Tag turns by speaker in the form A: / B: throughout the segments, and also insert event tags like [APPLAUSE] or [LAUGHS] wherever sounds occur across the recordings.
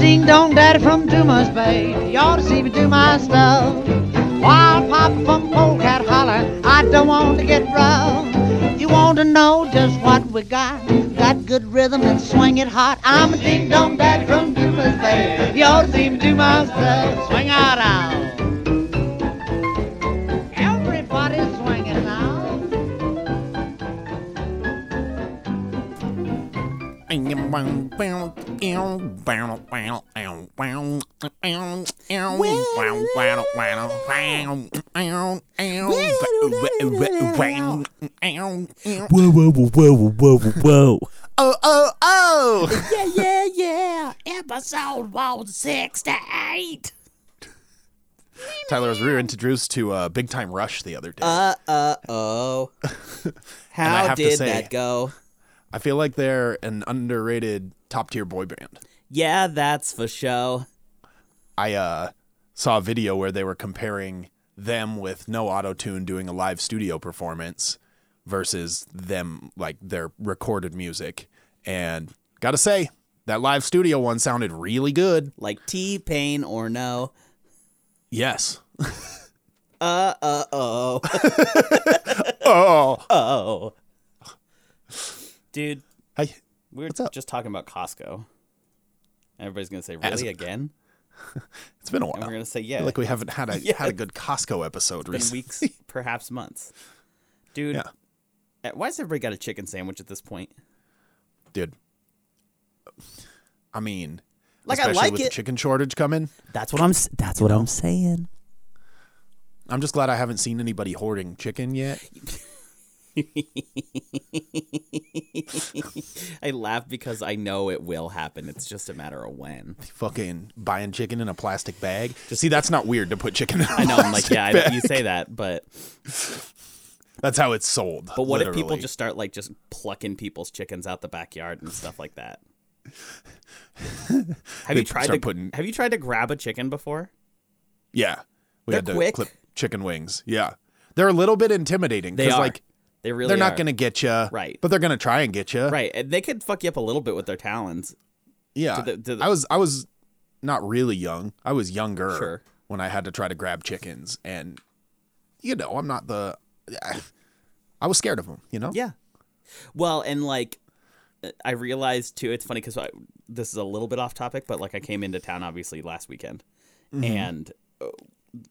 A: Daddy from Dumas Bay, you ought to see me do my stuff. While Papa from Polecat holler, I don't want to get rough. You want to know just what we got? Got good rhythm and swing it hot. I'm a ding dong daddy from Dumas Bay, you ought to see me do my stuff. Swing out, out. Everybody's swinging now.
B: Oh,
C: Whoa, whoa, whoa, whoa, whoa, whoa, whoa.
B: oh, oh!
D: Yeah, yeah, yeah. Episode 168.
B: Tyler, was we were introduced to uh, Big Time Rush the other day.
D: Uh, uh,
B: [LAUGHS]
D: oh. How
B: have to
D: did
B: say-
D: that go?
B: I feel like they're an underrated top tier boy band.
D: Yeah, that's for show.
B: I uh, saw a video where they were comparing them with no auto tune doing a live studio performance versus them like their recorded music, and gotta say that live studio one sounded really good.
D: Like T Pain or no.
B: Yes.
D: Uh, uh, oh. [LAUGHS]
B: Oh.
D: oh. Dude,
B: Hey,
D: we were
B: What's up?
D: just talking about Costco. Everybody's going to say, really,
B: As-
D: again?
B: it's been a
D: And
B: while.
D: we're going to say,
B: I
D: yeah.
B: feel like we haven't had a
D: Yeah.
B: had a good Costco episode
D: been
B: recently. [LAUGHS]
D: weeks, perhaps months. Dude,
B: Yeah.
D: eh, why has everybody got a chicken sandwich at this point?
B: dude. I mean,
D: Like, I
B: especially
D: like
B: with
D: it.
B: the chicken shortage coming.
D: That's what I'm. s- That's what I'm saying.
B: I'm just glad I haven't seen anybody hoarding chicken yet.
D: I laugh because I know it will happen. It's just a matter of
B: [LAUGHS]
D: when.
B: Fucking buying chicken in a plastic bag. See, that's not weird to put chicken in. I
D: I know. I'm like, yeah, I know you say that, but
B: [LAUGHS] that's how it's sold.
D: but what if people
B: literally.
D: just start like just plucking people's chickens out the backyard and stuff
B: [LAUGHS]
D: like that? Have
B: They
D: you tried
B: start
D: to
B: putting-
D: Have you tried to grab a chicken before?
B: Yeah, we
D: They're
B: had to
D: quick.
B: clip chicken wings. Yeah, they're a little bit intimidating.
D: They
B: 'cause,
D: are.
B: like
D: They really.
B: they're not
D: are.
B: gonna get you,
D: Right.
B: But they're gonna try and get you,
D: Right, and they could fuck you up a little bit with their talons.
B: Yeah,
D: the- to the-
B: I was I was not really young. I was younger
D: Sure.
B: when I had to try to grab chickens, and you know, I'm not the. I was scared of them. You know.
D: Yeah. Well, and like I realized too, it's funny because this is a little bit off topic, but like I came into town obviously last weekend,
B: Mm-hmm.
D: and uh,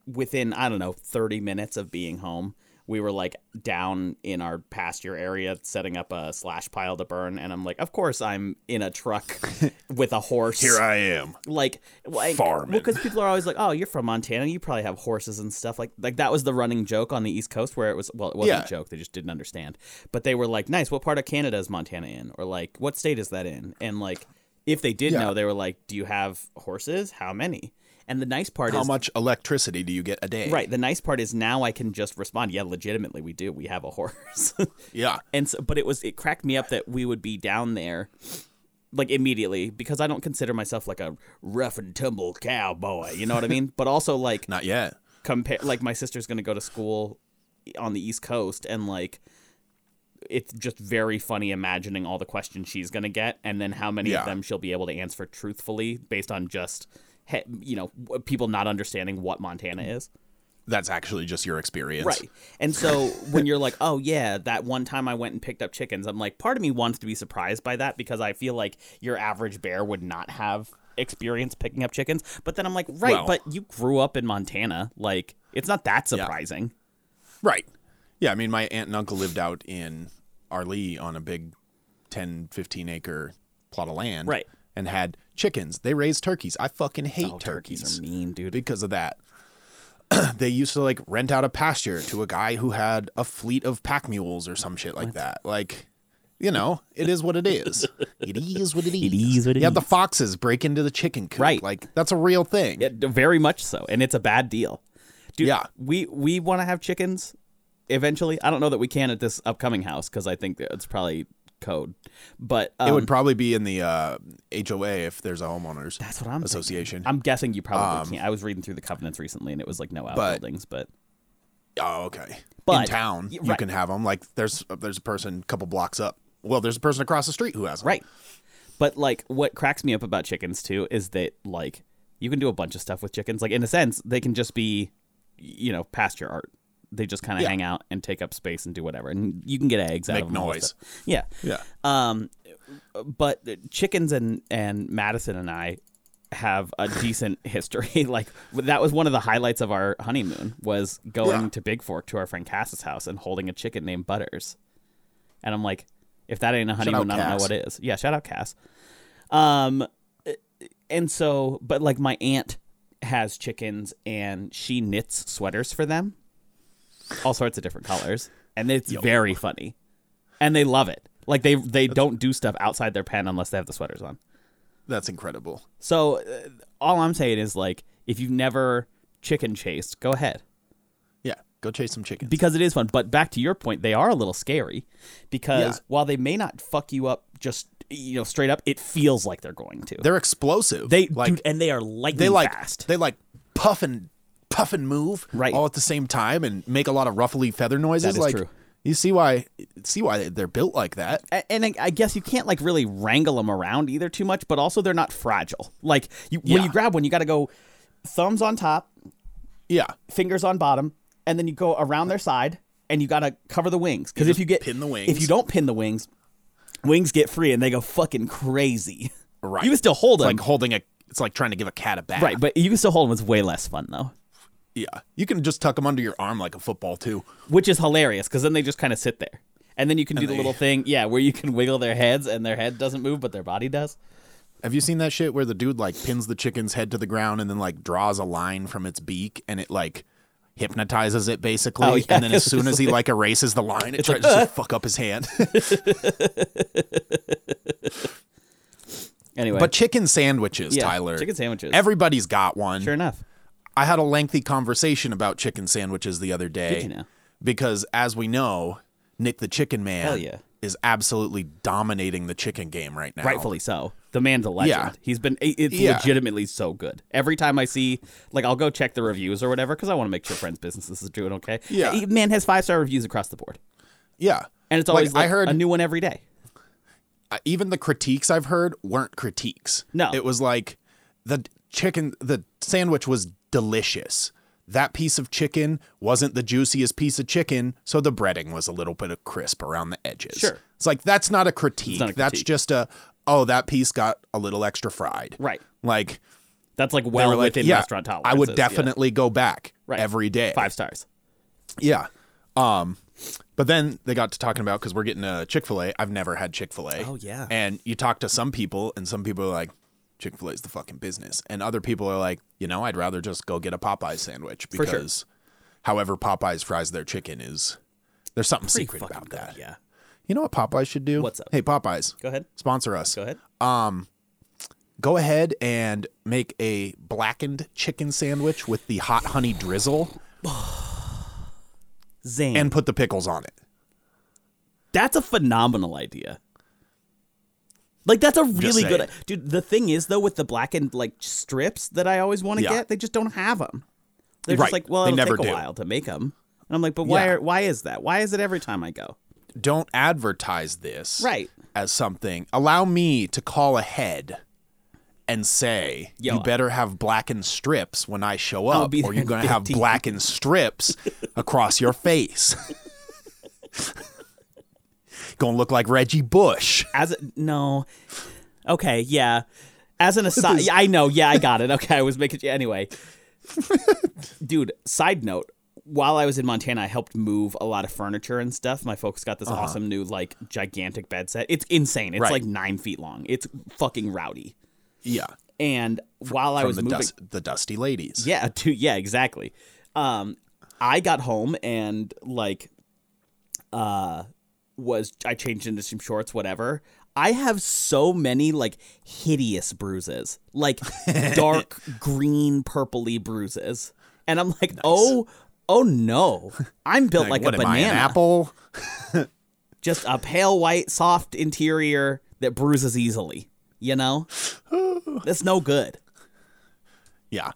D: within I don't know thirty minutes of being home, we were like down in our pasture area setting up a slash pile to burn, and I'm like, of course I'm in
B: [LAUGHS]
D: a truck with a horse
B: Here I am.
D: like like
B: Farming.
D: because people are always like, "Oh, you're from Montana. You probably have horses and stuff." Like like that was the running joke on the East Coast where it was well, it wasn't
B: Yeah.
D: a joke. They just didn't understand. But they were like, "Nice. What part of Canada is Montana in?" Or like, "What state is that in?" And like, if they did
B: Yeah.
D: know, they were like, "Do you have horses? How many?" And the nice part
B: How
D: is
B: much electricity do you get a day?
D: right. The nice part is now I can just respond, "Yeah, legitimately, we do. We have a horse." [LAUGHS]
B: Yeah.
D: and so, but it was it cracked me up that we would be down there like immediately because I don't consider myself like a rough and tumble cowboy, you know what I mean? But also like
B: Not yet.
D: compare like my sister's going to go to school on the East Coast and like it's just very funny imagining all the questions she's going to get and then how many
B: Yeah.
D: of them she'll be able to answer truthfully based on just he- you know w- people not understanding what Montana is.
B: That's actually just your experience. [LAUGHS]
D: Right. And so when you're like, oh, yeah, that one time I went and picked up chickens, I'm like, part of me wants to be surprised by that because I feel like your average bear would not have experience picking up chickens. But then I'm like, right,
B: Well-
D: but you grew up in Montana. Like, it's not that surprising.
B: Right. Yeah. I mean, my aunt and uncle lived out in Arlee on a big 10, 15 acre plot of land.
D: Right. Oh,
B: And had chickens. They raised turkeys. I fucking hate Oh, turkeys.
D: Turkeys are mean, dude.
B: because of that. [CLEARS THROAT] they used to like rent out a pasture to a guy who had a fleet of pack mules or some shit like that. Like, you know, it is what it
D: [LAUGHS]
B: is. it is what it is. It
D: is what it
B: yeah, the foxes break into the chicken coop.
D: Right.
B: Like, that's a real thing.
D: Yeah, d- very much so. And it's a bad deal. Dude,
B: Yeah.
D: we, we want to have chickens eventually. I don't know that we can at this upcoming house because I think it's probably code. But um,
B: it would probably be in the uh, HOA if there's a homeowners
D: that's what I'm thinking.
B: association.
D: I'm guessing you probably
B: Um,
D: can't. I was reading through the covenants recently, and it was like no outbuildings, but,
B: oh, okay. in
D: But-
B: town,
D: y-
B: you
D: right.
B: can have them. Like, there's uh, there's a person a couple blocks up. Well, there's a person across the street who has 'em.
D: right. But like, what cracks me up about chickens too is that like you can do a bunch of stuff with chickens. Like in a sense, they can just be, you know, pasture art. They just kind of
B: Yeah.
D: hang out and take up space and do whatever, and you can get eggs out
B: Make
D: of them. all that
B: noise.
D: stuff. Yeah,
B: Yeah.
D: um, but chickens and and Madison and I have a decent history. [LAUGHS] Like that was one of the highlights of our honeymoon was going
B: Yeah.
D: to Big Fork to our friend Cass's house and holding a chicken named Butters. And I'm like, if that ain't a honeymoon, I
B: out
D: don't know
B: Cass.
D: what is. Yeah, shout out Cass. Um, and so, but like my aunt has chickens and she knits sweaters for them, all sorts of different colors, and it's very funny, and they love it. Like they they don't do stuff outside their pen unless they have the sweaters on.
B: That's incredible.
D: So uh, all I'm saying is like if you've never chicken chased, go ahead
B: Yeah. Go chase some chickens.
D: because it is fun. But back to your point, they are a little scary because
B: Yeah.
D: while they may not fuck you up just you know straight up, it feels like they're going to.
B: They're explosive.
D: they
B: like
D: dude, and they are lightning
B: they like
D: fast.
B: they like puff and puff and move
D: Right.
B: all at the same time and make a lot of ruffly feather noises.
D: That is
B: like
D: true.
B: you see why see why they're built like that.
D: A- and I, I guess you can't like really wrangle them around either too much, but also they're not fragile. Like you, when
B: Yeah.
D: you grab one, you got to go thumbs on top,
B: Yeah.
D: fingers on bottom, and then you go around their side, and you got to cover the wings because if you get
B: pin the
D: if you
B: wings.
D: don't pin the wings, wings get free and they go fucking crazy.
B: Right.
D: You can still hold
B: It's
D: them,
B: like holding a it's like trying to give a cat a bath.
D: right? But you can still hold them. It's way less fun though,
B: Yeah. You can just tuck them under your arm like a football too.
D: which is hilarious because then they just kind of sit there, and then you can do the
B: they-
D: little thing, yeah, where you can wiggle their heads and their head doesn't move but their body does.
B: Have you seen that shit where the dude like pins the chicken's head to the ground and then like draws a line from its beak and it like hypnotizes it basically
D: Oh, yeah.
B: and then as soon as he
D: [LAUGHS]
B: like erases the line it tries to fuck up his hand.
D: Anyway,
B: but chicken sandwiches,
D: Yeah,
B: Tyler.
D: chicken sandwiches.
B: Everybody's got one.
D: sure enough,
B: I had a lengthy conversation about chicken sandwiches the other day.
D: Did you now?
B: Because as we know, Nick the Chicken Man
D: Hell yeah.
B: is absolutely dominating the chicken game right now.
D: rightfully so. The man's a legend.
B: Yeah.
D: He's been it- it's
B: Yeah.
D: legitimately so good. Every time I see like I'll go check the reviews or whatever cuz I want to make sure friends businesses is doing okay.
B: Yeah.
D: He- man has 5-star reviews across the board.
B: Yeah.
D: And it's always
B: like,
D: like,
B: I heard
D: a new one every day.
B: uh, even the critiques I've heard weren't critiques.
D: No.
B: It was like the chicken the sandwich was delicious. That piece of chicken wasn't the juiciest piece of chicken, so the breading was a little bit of crisp around the edges.
D: Sure.
B: It's like that's not a critique.
D: not a
B: That's
D: critique.
B: just a oh, that piece got a little extra fried.
D: Right.
B: Like
D: That's like
B: they
D: well
B: were like,
D: within
B: yeah,
D: restaurant tolerance.
B: I would definitely go back
D: Right.
B: every day.
D: 5 stars.
B: Yeah. Um, but then they got to talking about because we're getting a Chick Fil A. I've never had Chick Fil A.
D: Oh, yeah.
B: And you talk to some people, and some people are like, Chick Fil A is the fucking business, and other people are like, you know, I'd rather just go get a Popeye sandwich
D: For sure.
B: because, however Popeyes fries their chicken is, there's something secret
D: fucking
B: about
D: good,
B: that.
D: Yeah.
B: You know what Popeyes should do?
D: What's up?
B: Hey Popeyes,
D: Go ahead.
B: sponsor us.
D: Go ahead.
B: Go ahead and make a blackened chicken sandwich with the hot honey drizzle,
D: Zane.
B: and put the pickles on it.
D: That's a phenomenal idea. Like that's a really good
B: saying.
D: dude. The thing is though, with the blackened like strips that I always want to
B: Yeah.
D: get, they just don't have them. They're
B: Right.
D: just like, well,
B: They
D: it'll
B: never
D: take a
B: do.
D: while to make them. And I'm like, but why?
B: Yeah.
D: Are, why is that? Why is it every time I go?
B: don't advertise this
D: Right.
B: as something. Allow me to call ahead and say
D: Yo,
B: you better have blackened strips when I show up,
D: be
B: or
D: there
B: you're
D: in
B: going to have
D: 15.
B: blackened
D: [LAUGHS]
B: strips across your face. going to look like Reggie Bush.
D: As a, no, okay, yeah. As an aside, yeah, I know. Yeah, I got it. Okay, I was making yeah, anyway. [LAUGHS] Dude, side note. While I was in Montana, I helped move a lot of furniture and stuff. My folks got this awesome new, like, gigantic bed set. It's insane. It's
B: Uh-huh. Right.
D: like nine feet long. It's fucking rowdy.
B: Yeah,
D: And while I
B: from
D: was
B: the
D: moving,
B: dus- the Dusty Ladies.
D: [LAUGHS] yeah, two, yeah, exactly. Um, I got home and like, uh, was I changed into some shorts, whatever. I have so many like hideous bruises, like
B: [LAUGHS]
D: dark green, purpley bruises, and I'm like, oh, oh no, I'm built like,
B: Like, what
D: a
B: am I,
D: banana,
B: an apple?
D: just a pale white, soft interior that bruises easily.
B: [SIGHS]
D: You know, that's no good.
B: Yeah,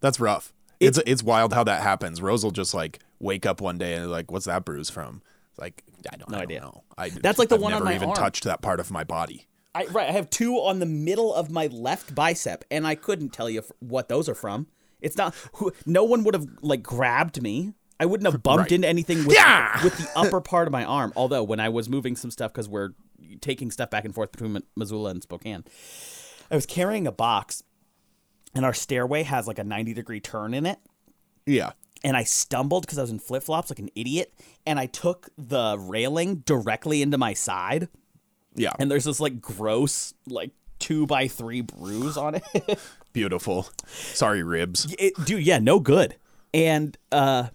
B: that's rough. It's it's wild how that happens. Rose will just like wake up one day and like, what's that bruise from? It's like I don't, I don't
D: idea.
B: know. I,
D: That's like the
B: I've
D: one on
B: never
D: my
B: even
D: arm.
B: touched that part of my body.
D: I right, I have two on the middle of my left bicep, and I couldn't tell you f- what those are from. It's not who. No one would have like grabbed me. I wouldn't have bumped
B: Right.
D: into anything with,
B: Yeah!
D: with the upper part of my arm. Although when I was moving some stuff because we're taking stuff back and forth between Mi- Missoula and Spokane, I was carrying a box, and our stairway has like a ninety degree turn in it
B: Yeah.
D: and I stumbled because I was in flip flops like an idiot, and I took the railing directly into my side,
B: Yeah.
D: and there's this like gross like two by three bruise on it. [LAUGHS]
B: Beautiful. Sorry, ribs.
D: it dude, yeah, no good. And uh,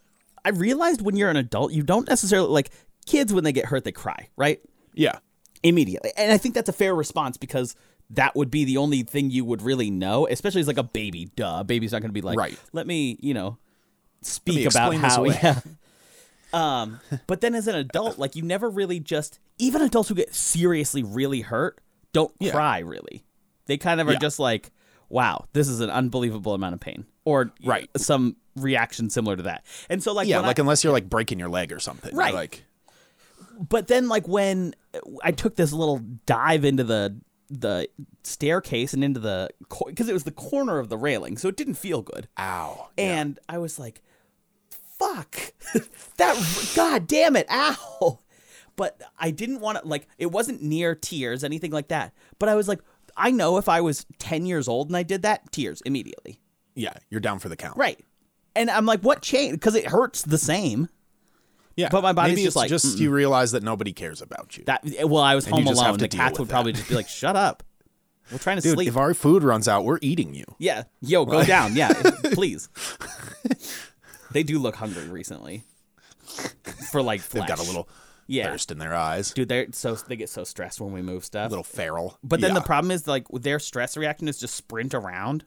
D: I realized when you're an adult, you don't necessarily like kids when they get hurt, they cry, right?
B: Yeah.
D: Immediately, and I think that's a fair response because that would be the only thing you would really know, especially as like a baby. Duh, a baby's not going to be like,
B: Right.
D: Let me, you know, speak
B: me
D: about
B: explain this
D: how. [LAUGHS]
B: away.
D: Yeah. Um, but then as an adult, like you never really just even adults who get seriously really hurt don't
B: Yeah.
D: cry really. They kind of are
B: Yeah.
D: just like, wow, this is an unbelievable amount of pain, or
B: Right.
D: some reaction similar to that. And so like
B: Yeah.
D: when I-
B: like unless you're like breaking your leg or something.
D: Right.
B: Like
D: but then like when I took this little dive into the the staircase and into the because it was the corner of the railing, so it didn't feel good.
B: ow.
D: And I was like, "Fuck [LAUGHS] that! God damn it! Ow!" But I didn't want to like it wasn't near tears, anything like that. But I was like, I know if I was ten years old and I did that, tears immediately.
B: Yeah. You're down for the count.
D: Right. And I'm like, what changed? Because it hurts the same.
B: Yeah.
D: But my body's
B: Maybe
D: just
B: it's
D: like,
B: just you realize that nobody cares about you.
D: That well, I was
B: you
D: home
B: just have
D: alone.
B: to
D: The
B: deal
D: cats
B: with
D: would
B: that.
D: probably just be
B: [LAUGHS]
D: like, "Shut up, we're trying to
B: Dude,
D: sleep."
B: if our food runs out, we're eating you.
D: yeah, yo, go
B: [LAUGHS]
D: down. Yeah, please. they do look hungry recently. For like
B: They've
D: flesh.
B: got a little
D: yeah,
B: thirst in their eyes.
D: dude. They're so they get so stressed when we move stuff.
B: little feral.
D: but then the
B: Yeah.
D: problem is like their stress reaction is just sprint around,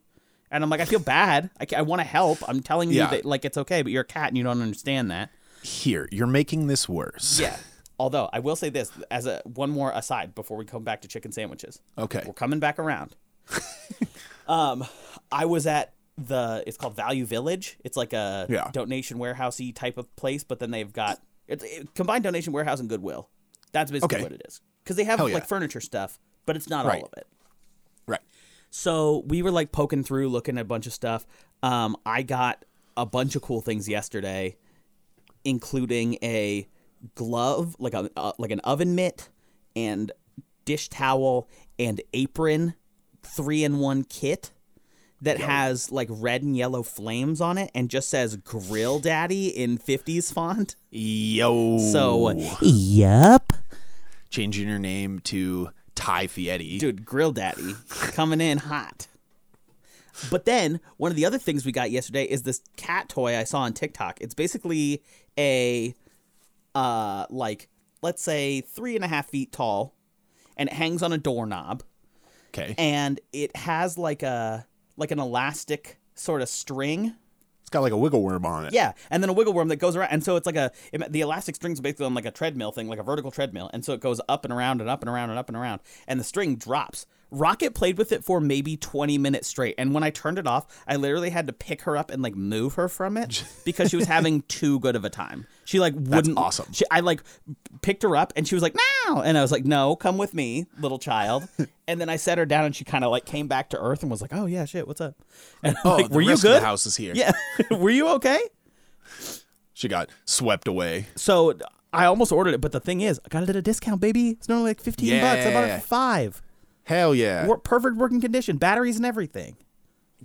D: and I'm like, I feel bad. I, ca- I want to help. I'm telling
B: Yeah.
D: you that like it's okay, but you're a cat and you don't understand that.
B: here, you're making this worse.
D: Yeah. Although I will say this as a one more aside before we come back to chicken sandwiches.
B: Okay.
D: We're coming back around. [LAUGHS] um, I was at the it's called Value Village. It's like a
B: Yeah.
D: donation warehousey type of place, but then they've got it, it, combined donation warehouse and Goodwill. That's basically
B: Okay.
D: what it is because they have
B: Hell yeah.
D: like furniture stuff, but it's not
B: Right.
D: all of it.
B: Right.
D: So we were like poking through, looking at a bunch of stuff. Um, I got a bunch of cool things yesterday, including a glove, like a uh, like an oven mitt, and dish towel and apron, three in one kit that has like red and yellow flames on it, and just says "Grill Daddy" in '50s font.
B: Yo.
D: So,
C: Yup.
B: changing your name to Ty Fietti.
D: dude, Grill Daddy coming in hot. But then one of the other things we got yesterday is this cat toy I saw on TikTok. It's basically a, uh, like let's say three and a half feet tall, and it hangs on a doorknob,
B: Okay.
D: and it has like a like an elastic sort of string
B: it's got like a wiggle worm on it.
D: yeah, and then a wiggle worm that goes around, and so it's like a it- the elastic string's basically on like a treadmill thing, like a vertical treadmill, and so it goes up and around and up and around and up and around, and the string drops. Rocket played with it for maybe 20 minutes straight, and when I turned it off, I literally had to pick her up and like move her from it because she was having too good of a time. She like wouldn't.
B: awesome.
D: She, I like picked her up, and she was like, "No," and I was like, "No, come with me, little child." and then I set her down, and she kind of like came back to earth and was like, "Oh yeah, shit, what's up?" And I'm
B: Oh,
D: like,
B: the
D: "Were you
B: rest of the
D: good?"
B: house is here.
D: Yeah, [LAUGHS] were you okay?
B: She got swept away.
D: So I almost ordered it, but the thing is, I got it at a discount, baby. It's normally like fifteen bucks. I bought it
B: Yeah. Uh,
D: for five.
B: Hell yeah.
D: Wor- perfect working condition, batteries and everything.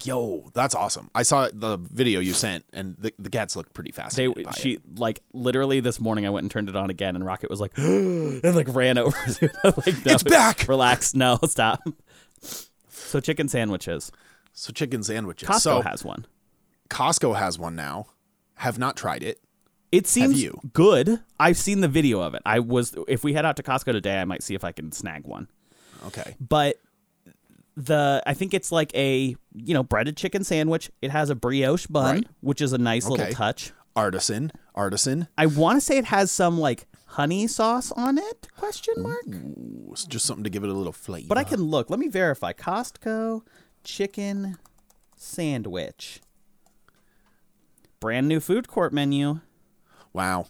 B: Yo, that's awesome. I saw the video you sent, and the, the cats look pretty fascinated by it.
D: like literally this morning. I went and turned it on again, and Rocket was like, [GASPS] and like ran over. [LAUGHS] to it. I'm like, no,
B: It's back!
D: Relax. No, [LAUGHS] stop. So chicken sandwiches.
B: So chicken sandwiches.
D: Costco
B: so
D: has one.
B: Costco has one now. Have not tried it.
D: It seems
B: you?
D: good. I've seen the video of it. I was if we head out to Costco today, I might see if I can snag one.
B: Okay.
D: but the I think it's like a you know breaded chicken sandwich. It has a brioche bun,
B: Right.
D: which is a nice little
B: Okay.
D: touch.
B: Artisan. Artisan.
D: I want to say it has some like honey sauce on it? Question mark.
B: Mm. It's just something to give it a little flavor.
D: But I can look. Let me verify. Costco chicken sandwich. Brand new food court menu.
B: Wow.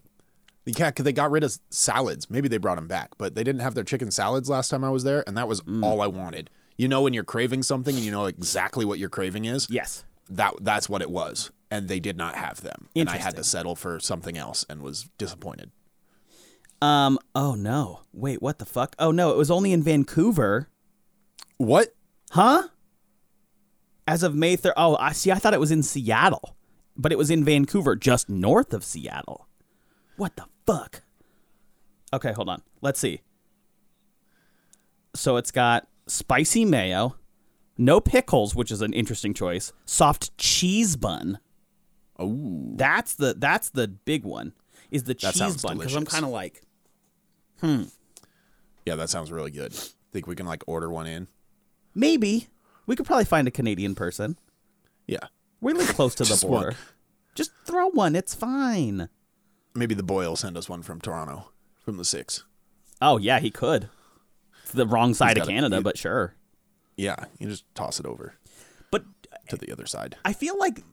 B: Yeah, 'cause they got rid of salads. Maybe they brought them back, but they didn't have their chicken salads last time I was there, and that was all I wanted. You know, when you're craving something and you know exactly what your craving is,
D: Yes.
B: that that's what it was, and they did not have them, and I had
D: Interesting.
B: to settle for something else and was disappointed.
D: Um. Oh no. Wait. What the fuck? Oh no. It was only in Vancouver,
B: What?
D: huh? As of May third. Oh, I see. I thought it was in Seattle, but it was in Vancouver, just north of Seattle. What the fuck? Okay, hold on. Let's see. So it's got spicy mayo, no pickles, which is an interesting choice. Soft cheese bun.
B: Oh,
D: That's the that's the big one. Is the
B: That
D: cheese
B: sounds
D: bun? Because I'm
B: delicious.
D: kind of like,
B: yeah, that sounds really good. Think we can like order one in?
D: Maybe. We could probably find a Canadian person.
B: Yeah,
D: We live close to the
B: Just
D: border.
B: one.
D: Just throw one. It's fine.
B: maybe the boy will send us one from Toronto, from the six.
D: Oh, yeah, he could. It's the wrong side of
B: gotta-
D: Canada,
B: he-
D: but sure.
B: Yeah, you just toss it over
D: But
B: to the other side.
D: I feel like,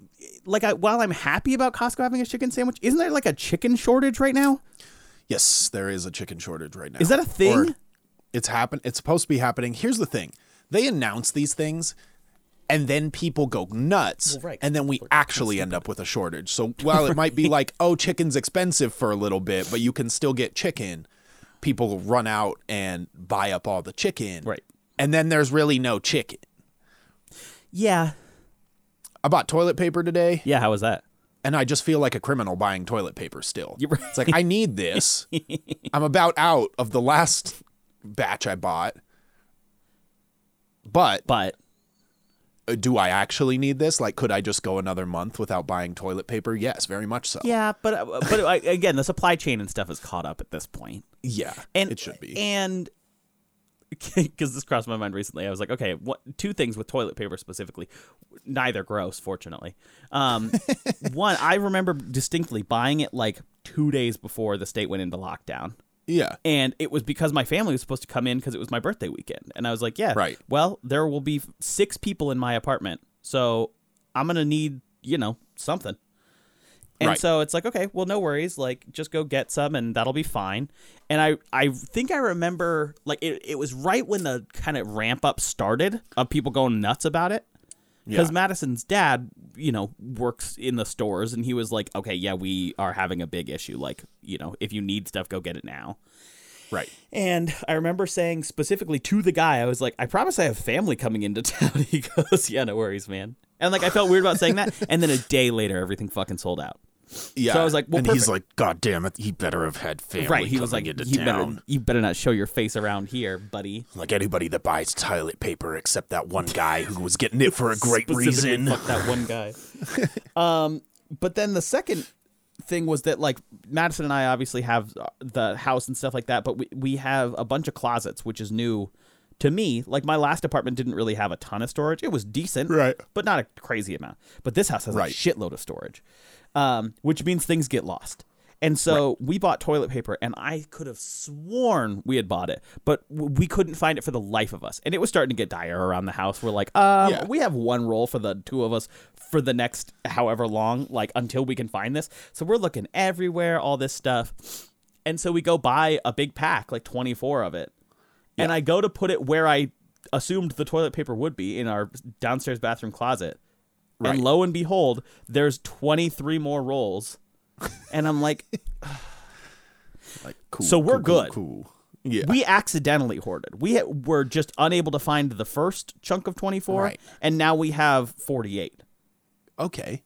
D: like, I, while I'm happy about Costco having a chicken sandwich, isn't there like a chicken shortage right now?
B: Yes, there is a chicken shortage right now.
D: Is that a thing?
B: Or it's happen. It's supposed to be happening. Here's the thing: they announce these things, and then people go nuts,
D: Well, right,
B: and then we actually end up with a shortage. So while it
D: [LAUGHS]
B: might be like, oh, chicken's expensive for a little bit, but you can still get chicken, people run out and buy up all the chicken,
D: Right.
B: And then there's really no chicken.
D: Yeah.
B: I bought toilet paper today,
D: Yeah, how was that?
B: and I just feel like a criminal buying toilet paper still.
D: You're right.
B: It's like I need this. I'm about out of the last batch I bought. But
D: But
B: uh, do I actually need this? Like could I just go another month without buying toilet paper? Yes, very much so.
D: yeah, but [LAUGHS] but I, again, the supply chain and stuff is caught up at this point.
B: Yeah,
D: and
B: it should be.
D: and [LAUGHS] because this crossed my mind recently i was like okay what two things with toilet paper specifically neither gross fortunately
B: [LAUGHS]
D: um, one i remember distinctly buying it like two days before the state went into lockdown
B: yeah.
D: and it was because my family was supposed to come in because it was my birthday weekend and i was like yeah
B: Right.
D: well there will be six people in my apartment so i'm gonna need you know something and
B: Right.
D: so it's like okay well no worries like just go get some and that'll be fine and i i think i remember like it, it was right when the kind of ramp up started of people going nuts about it because
B: Yeah.
D: Madison's dad, you know, works in the stores, and he was like, "Okay, yeah, we are having a big issue. Like, you know, if you need stuff, go get it now."
B: Right.
D: And I remember saying specifically to the guy, I was like, I promise I have family coming into [LAUGHS] town. He goes, Yeah, no worries, man. And like, I felt weird about saying that. And then a day later, everything fucking sold out.
B: Yeah.
D: So I was like, well,
B: and he's
D: perfect.
B: like, God damn it, he better have had [LAUGHS] family
D: right. He was like,
B: coming into
D: you
B: town.
D: better, you better not show your face around here, buddy.
B: Like anybody that buys toilet paper except that one guy who was getting it for a great
D: [LAUGHS] Specifically,
B: reason.
D: Fuck that
B: [LAUGHS]
D: one guy. um, but then the second thing was that like Madison and I obviously have uh, the house and stuff like that, but we we have a bunch of closets, which is new to me. Like my last apartment didn't really have a ton of storage; it was decent,
B: Right.
D: but not a crazy amount. But this house has
B: Right.
D: a shitload of storage, um, which means things get lost. And so we bought toilet paper, and I could have sworn we had bought it, but w- we couldn't find it for the life of us. And it was starting to get dire around the house. We're like, um,
B: Yeah.
D: we have one roll for the two of us for the next however long, like until we can find this. So we're looking everywhere, all this stuff. And so we go buy a big pack, like 24 of it. And I go to put it where I assumed the toilet paper would be in our downstairs bathroom closet.
B: Right.
D: And lo and behold, there's 23 more rolls. And I'm
B: [LAUGHS]
D: like,
B: Like, cool,
D: So we're
B: cool, cool,
D: good.
B: Cool. Yeah.
D: we accidentally hoarded. We ha- were just unable to find the first chunk of 24,
B: Right.
D: and now we have 48.
B: okay.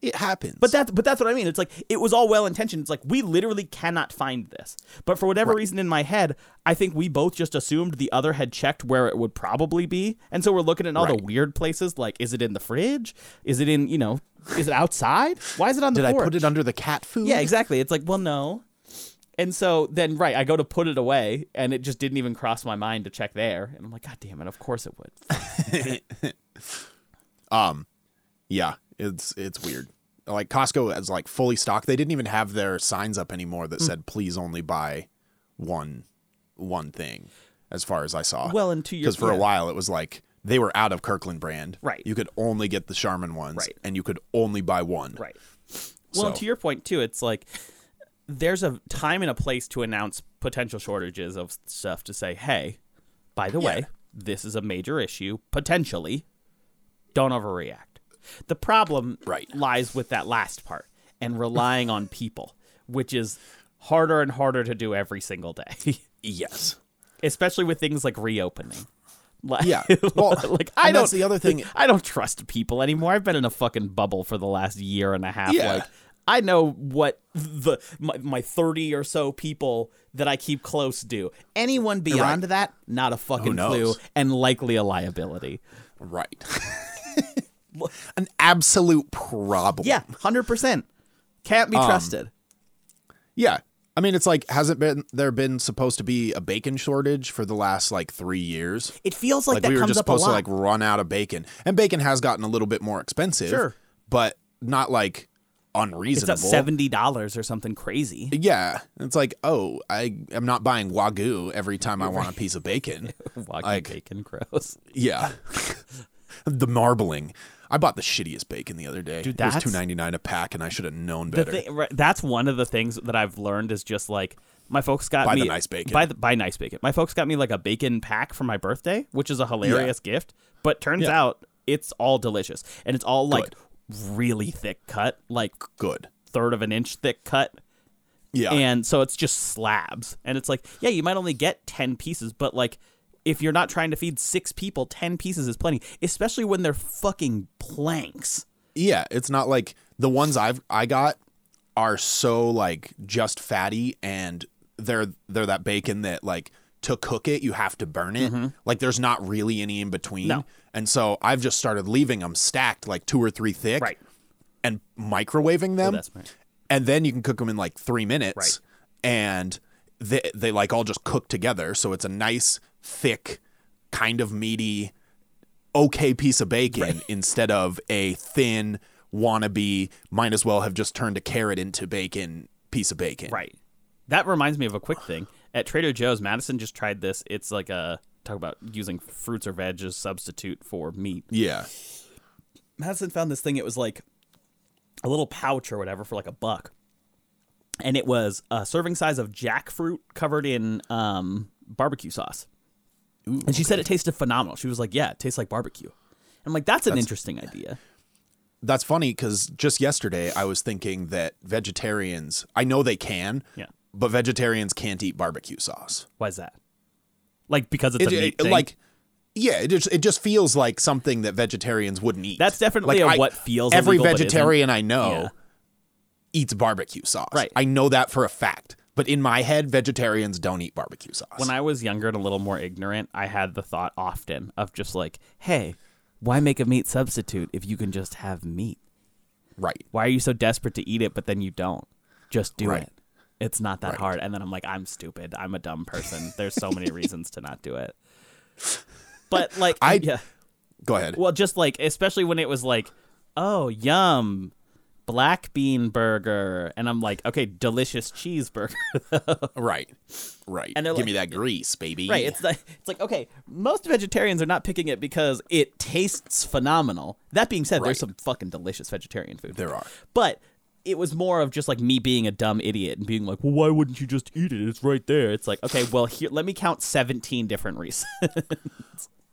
B: It happens.
D: But that's but that's what I mean. It's like it was all well intentioned. It's like we literally cannot find this. But for whatever reason in my head, I think we both just assumed the other had checked where it would probably be, and so we're looking at all
B: Right.
D: the weird places. Like, is it in the fridge? Is it in you know? Is it outside? Why is it on the
B: Did I
D: porch?
B: put it under the cat food?
D: Yeah, exactly. It's like, well, no. And so then, right, I go to put it away, and it just didn't even cross my mind to check there. And I'm like, God damn it, of course it would.
B: Yeah, it's it's weird. Like Costco is like fully stocked. They didn't even have their signs up anymore
D: Mm.
B: that said please only buy one one thing as far as I saw.
D: Well, and to your-
B: cuz for a
D: yeah.
B: while it was like they were out of Kirkland brand.
D: Right.
B: You could only get the Charmin ones
D: Right.
B: and you could only buy one.
D: Right. Well, and
B: So-
D: to your point, too, it's like there's a time and a place to announce potential shortages of stuff to say, hey, by the way,
B: Yeah.
D: this is a major issue, potentially. Don't overreact. The problem
B: Right.
D: lies with that last part and relying on people, which is harder and harder to do every single day, [LAUGHS]
B: Yes.
D: especially with things like reopening. [LAUGHS] Like,
B: Yeah. Well,
D: like I
B: and
D: don't.
B: that's the other
D: [LAUGHS]
B: thing.
D: I don't trust people anymore. I've been in a fucking bubble for the last year and a half.
B: Yeah.
D: Like I know what the my, my thirty or so people that I keep close do. Anyone beyond that, not a fucking clue,
B: knows?
D: and likely a liability.
B: Right. [LAUGHS] An absolute problem.
D: Yeah, hundred percent. Can't be trusted.
B: Yeah. I mean, it's like hasn't been there been supposed to be a bacon shortage for the last like three years?
D: It feels like,
B: like
D: that
B: we were
D: comes
B: just
D: up a lot.
B: supposed to like run out of bacon, and bacon has gotten a little bit more expensive.
D: Sure.
B: but not like
D: it's
B: unreasonable.
D: at seventy dollars or something crazy.
B: Yeah, it's like oh, I am not buying wagyu every time I want a piece of
D: [LAUGHS]
B: bacon.
D: Walking
B: Like-
D: bacon gross.
B: Yeah, [LAUGHS] the marbling. I bought the shittiest bacon the other day.
D: Dude,
B: it was
D: that's-
B: two ninety nine a pack, and I should have known
D: the
B: better.
D: thing, right, that's one of the things that I've learned is just like my folks got
B: Buy
D: me
B: the nice bacon.
D: Buy, the, buy nice bacon. My folks got me like a bacon pack for my birthday, which is a hilarious gift. But turns
B: Yeah.
D: out it's all delicious, and it's all like
B: Good.
D: really thick cut, like
B: Good.
D: third of an inch thick cut,
B: Yeah,
D: and so it's just slabs. And it's like, yeah, you might only get ten pieces, but like. If you're not trying to feed six people, ten pieces is plenty, especially when they're fucking planks.
B: yeah. It's not like the ones I've I got are so like just fatty, and they're they're that bacon that like to cook it you have to burn it. Like there's not really any in between.
D: Mm-hmm. No.
B: And so I've just started leaving them stacked like two or three thick,
D: Right. Oh,
B: And microwaving them.
D: that's right.
B: and then you can cook them in like three minutes
D: Right.
B: and they, they like all just cook together so it's a nice thick kind of meaty okay piece of bacon instead of a thin wannabe might as well have just turned a carrot into bacon piece of bacon
D: Right. That reminds me of a quick thing. At Trader Joe's, Madison just tried this. It's like a talk about using fruits or veg as substitute for meat.
B: yeah
D: Madison found this thing. It was like a little pouch or whatever for like a buck, and it was a serving size of jackfruit covered in um, barbecue sauce. and she said it tasted phenomenal. She was like, "Yeah, it tastes like barbecue." I'm like, "That's an interesting idea."
B: that's funny because just yesterday i was thinking that vegetarians i know they can
D: Yeah.
B: but vegetarians can't eat barbecue sauce
D: Why is that? Like because it's
B: It-
D: a meat
B: it-
D: thing?
B: like yeah it just it just feels like something that vegetarians wouldn't eat
D: That's definitely a
B: I-
D: what feels
B: every
D: illegal but isn't.
B: vegetarian i know
D: Yeah.
B: eats barbecue sauce
D: Right.
B: i know that for a fact but in my head vegetarians don't eat barbecue sauce
D: when I was younger and a little more ignorant, I had the thought often of just like, hey, why make a meat substitute if you can just have meat?
B: right
D: Why are you so desperate to eat it, but then you don't? Just do
B: Right.
D: it. It's not that hard. And then I'm like, I'm stupid. I'm a dumb person. There's so many reasons to not do it. But like,
B: [LAUGHS] I-
D: yeah.
B: go ahead
D: Well, just like, especially when it was like, oh, yum, black bean burger. And I'm like, okay, delicious cheeseburger.
B: right right
D: And
B: give
D: they're
B: me
D: like-
B: that grease baby
D: Right. It's like it's like okay, most vegetarians are not picking it because it tastes phenomenal. That being said,
B: Right.
D: there's some fucking delicious vegetarian food.
B: there are
D: But it was more of just like me being a dumb idiot and being like, "Well, why wouldn't you just eat it? It's right there." It's like, "Okay, well, here let me count 17 different reasons."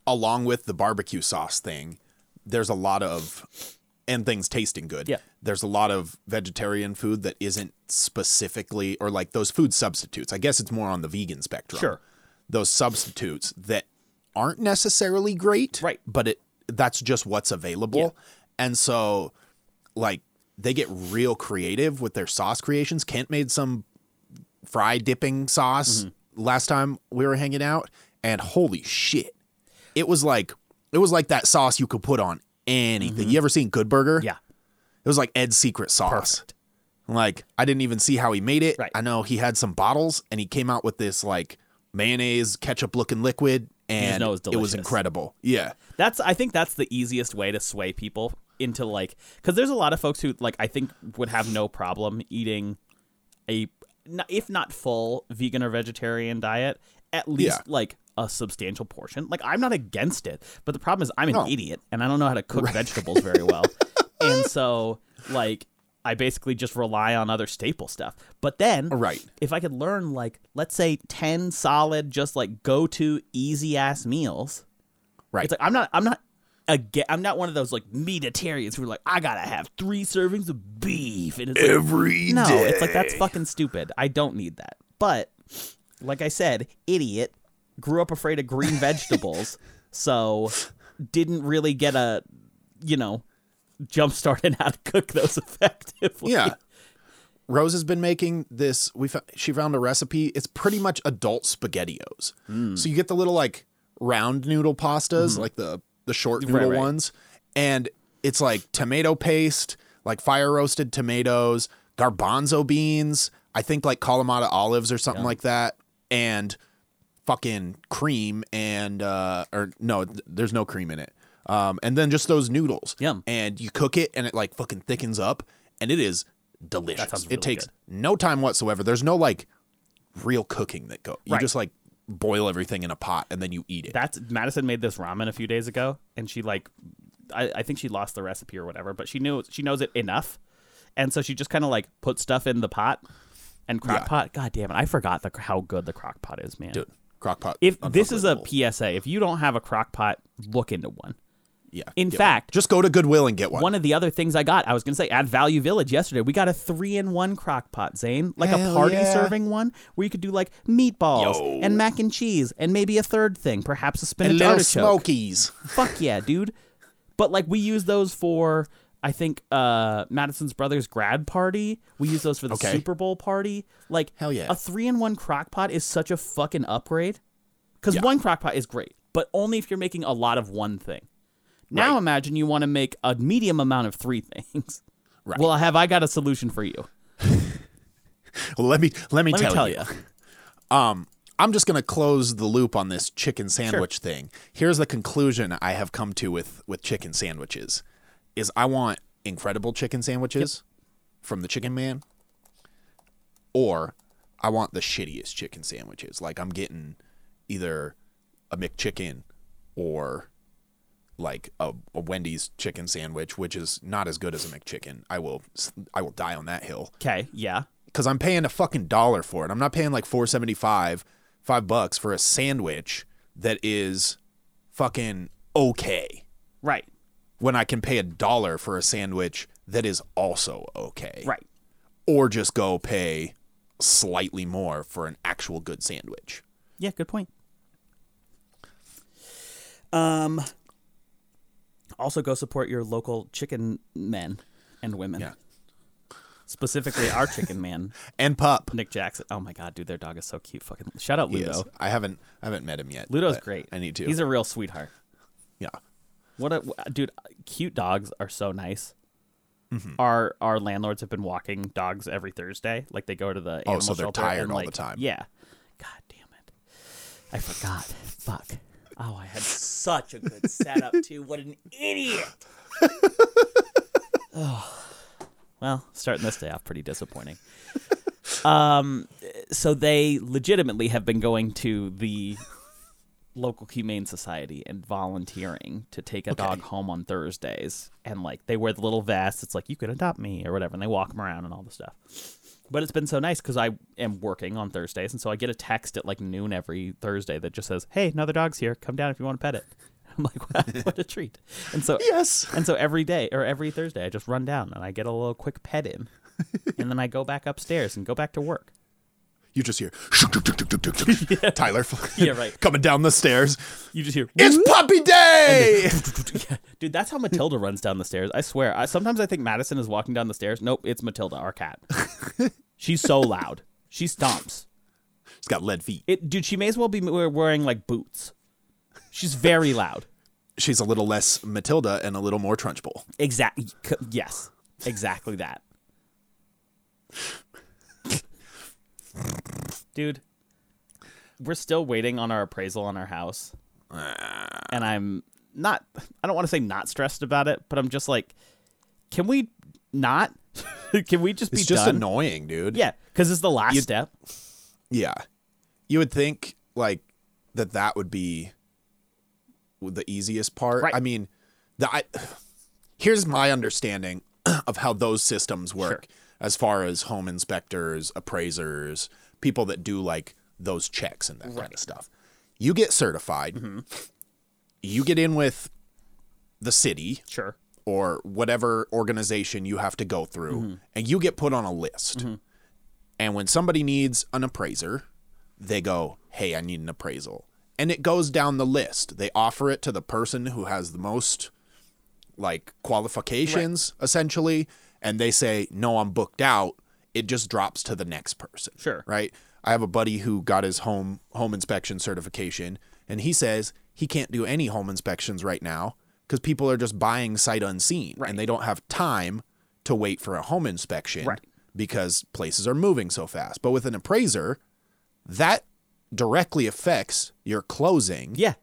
B: along with the barbecue sauce thing, there's a lot of and things tasting good.
D: Yeah.
B: There's a lot of vegetarian food that isn't specifically or like those food substitutes. I guess it's more on the vegan spectrum.
D: Sure.
B: Those substitutes that aren't necessarily great.
D: Right.
B: But it that's just what's available. And so like they get real creative with their sauce creations. Kent made some fry dipping sauce
D: Mm-hmm.
B: last time we were hanging out and holy shit it was like it was like that sauce you could put on anything you ever seen good burger
D: Mm-hmm. [LAUGHS] yeah.
B: it was like ed's secret sauce like i didn't even see how he made it
D: Right.
B: i know he had some bottles and he came out with this like mayonnaise ketchup looking liquid and
D: know it's
B: it was
D: delicious.
B: incredible yeah
D: That's I think that's the easiest way to sway people into like because there's a lot of folks who like I think would have no problem eating a n- if not full vegan or vegetarian diet at least
B: Yeah.
D: like a substantial portion. Like I'm not against it, but the problem is I'm an
B: No. [LAUGHS]
D: idiot and I don't know how to cook vegetables very well, and so like I basically just rely on other staple stuff. But then,
B: Right.
D: if I could learn, like, let's say 10 solid, just like go to easy ass meals,
B: Right.
D: it's like, I'm not, I'm not, again, I'm not one of those like meatitarians who are like, I gotta have three servings of beef. And it's like,
B: Every
D: no, it's like that's fucking stupid. I don't need that. But like I said, idiot grew up afraid
B: [LAUGHS]
D: of green vegetables, so didn't really get a you know jump start in [LAUGHS] how to cook those effectively.
B: Yeah. Rose has been making this. We found, she found a recipe. It's pretty much adult spaghettios.
D: Hmm.
B: So you get the little like round noodle pastas, like the the short noodle
D: Mm-hmm. right.
B: ones, and it's like tomato paste, like fire roasted tomatoes, garbanzo beans. I think like Kalamata olives or something like that, and fucking cream and uh or no, th- there's no cream in it. Um, and then just those noodles.
D: Yum.
B: And you cook it, and it like fucking thickens up, and it is delicious
D: sounds really
B: it takes
D: good.
B: no time whatsoever. There's no like real cooking that go. You
D: Right.
B: just like boil everything in a pot and then you eat it.
D: That's Madison made this ramen a few days ago, and she like, I, I think she lost the recipe or whatever, but she knew she knows it enough, and so she just kind of like put stuff in the pot, and crock
B: Yeah.
D: pot. God damn it, I forgot the how good the crock pot is, man.
B: Dude, crock pot.
D: if this is a
B: unfuckwithable.
D: PSA, if you don't have a crock pot, look into one.
B: yeah.
D: In
B: get
D: fact,
B: one. just go to Goodwill and get one.
D: one of the other things I got, I was gonna say at Value Village yesterday, we got a three in one crock pot, Zane. Like
B: Hell
D: a party
B: yeah.
D: serving one where you could do like meatballs
B: Yo.
D: and mac and cheese and maybe a third thing, perhaps a
B: and
D: spinach
B: little
D: artichoke.
B: Smokies. [LAUGHS]
D: Fuck yeah, dude. But like we use those for I think uh Madison's brother's grad party. We use those for the
B: Okay.
D: Super Bowl party. Like
B: Hell yeah.
D: a three in one crock pot is such a fucking upgrade. Because
B: Yeah.
D: one crock pot is great, but only if you're making a lot of one thing. Now
B: Right.
D: imagine you want to make a medium amount of three [LAUGHS] things.
B: Right.
D: Well, have I got a solution for you?
B: Well, let me let me,
D: Let
B: tell,
D: me tell
B: you.
D: you.
B: I'm just gonna close the loop on this chicken sandwich thing. Here's the conclusion I have come to with with chicken sandwiches: is I want incredible chicken sandwiches from the Chicken Man, or I want the shittiest chicken sandwiches. Like I'm getting either a McChicken or like a, a Wendy's chicken sandwich, which is not as good as a McChicken. I will s- I will die on that hill
D: Okay, yeah.
B: because I'm paying a fucking dollar for it. I'm not paying like four seventy five, five bucks for a sandwich that is fucking okay
D: Right.
B: when I can pay a dollar for a sandwich that is also okay.
D: Right.
B: Or just go pay slightly more for an actual good sandwich.
D: Yeah, good point. Um also go support your local chicken men and women.
B: Yeah. [LAUGHS]
D: Specifically our chicken man,
B: And pup.
D: Nick Jackson. Oh my god, dude, their dog is so cute. Fucking shout out
B: He
D: Ludo.
B: is. I haven't I haven't met him yet.
D: Ludo's
B: but
D: great.
B: I need to.
D: He's a real sweetheart.
B: yeah.
D: What a wh- dude! Cute dogs are so nice.
B: Mm-hmm.
D: Our our landlords have been walking dogs every Thursday. Like they go to the
B: Oh,
D: animal
B: so they're
D: shelter
B: tired
D: and,
B: all
D: like-
B: the time.
D: Yeah. God damn it! I forgot. Fuck. Oh, I had such a good setup too. What an
B: [LAUGHS]
D: idiot! Well, starting this day off pretty disappointing. um, so they legitimately have been going to the local humane society and volunteering to take a dog home on Thursdays, and like they wear the little vest. It's like you can adopt me or whatever, and they walk them around and all the stuff. But it's been so nice because I am working on Thursdays, and so I get a text at like noon every Thursday that just says, "Hey, another dog's here. Come down if you want to pet it." [LAUGHS] I'm like, "Wow, what a treat!" And so
B: Yes.
D: and so every day or every Thursday, I just run down and I get a little quick pet [LAUGHS] in, and then I go back upstairs and go back to work.
B: You just hear [LAUGHS] Tyler
D: [LAUGHS]
B: [LAUGHS]
D: Yeah, right.
B: coming down the stairs.
D: You just hear,
B: It's puppy day.
D: dude. That's how Matilda runs down the stairs. I swear. I, sometimes I think Madison is walking down the stairs. Nope, it's Matilda, our cat. She's so loud. She stomps.
B: [LAUGHS] He's got lead feet.
D: It, dude. She may as well be we- wearing like boots. She's very loud.
B: she's a little less Matilda and a little more Trunchbull.
D: Exactly. Yes. Exactly that. Dude, we're still waiting on our appraisal on our house.
B: Ah.
D: And I'm not, I don't want to say not stressed about it, but I'm just like, can we not? [LAUGHS] can we just
B: It's
D: be
B: just
D: done?
B: annoying, dude.
D: Yeah, because it's the last step.
B: Yeah. You would think like that that would be the easiest part.
D: Right.
B: I mean, the I here's my understanding [CLEARS THROAT] of how those systems work as far as home inspectors, appraisers, people that do like those checks and that kind of stuff. You get certified.
D: Mm-hmm.
B: You get in with the city
D: Sure.
B: or whatever organization you have to go through and you get put on a list. And when somebody needs an appraiser, they go, "Hey, I need an appraisal." And it goes down the list. They offer it to the person who has the most like qualifications essentially and they say, "No, I'm booked out." It just drops to the next person.
D: Sure.
B: Right? I have a buddy who got his home home inspection certification and he says he can't do any home inspections right now cuz people are just buying sight unseen and they don't have time to wait for a home inspection
D: Right.
B: because places are moving so fast. But with an appraiser, that directly affects your closing.
D: Yeah.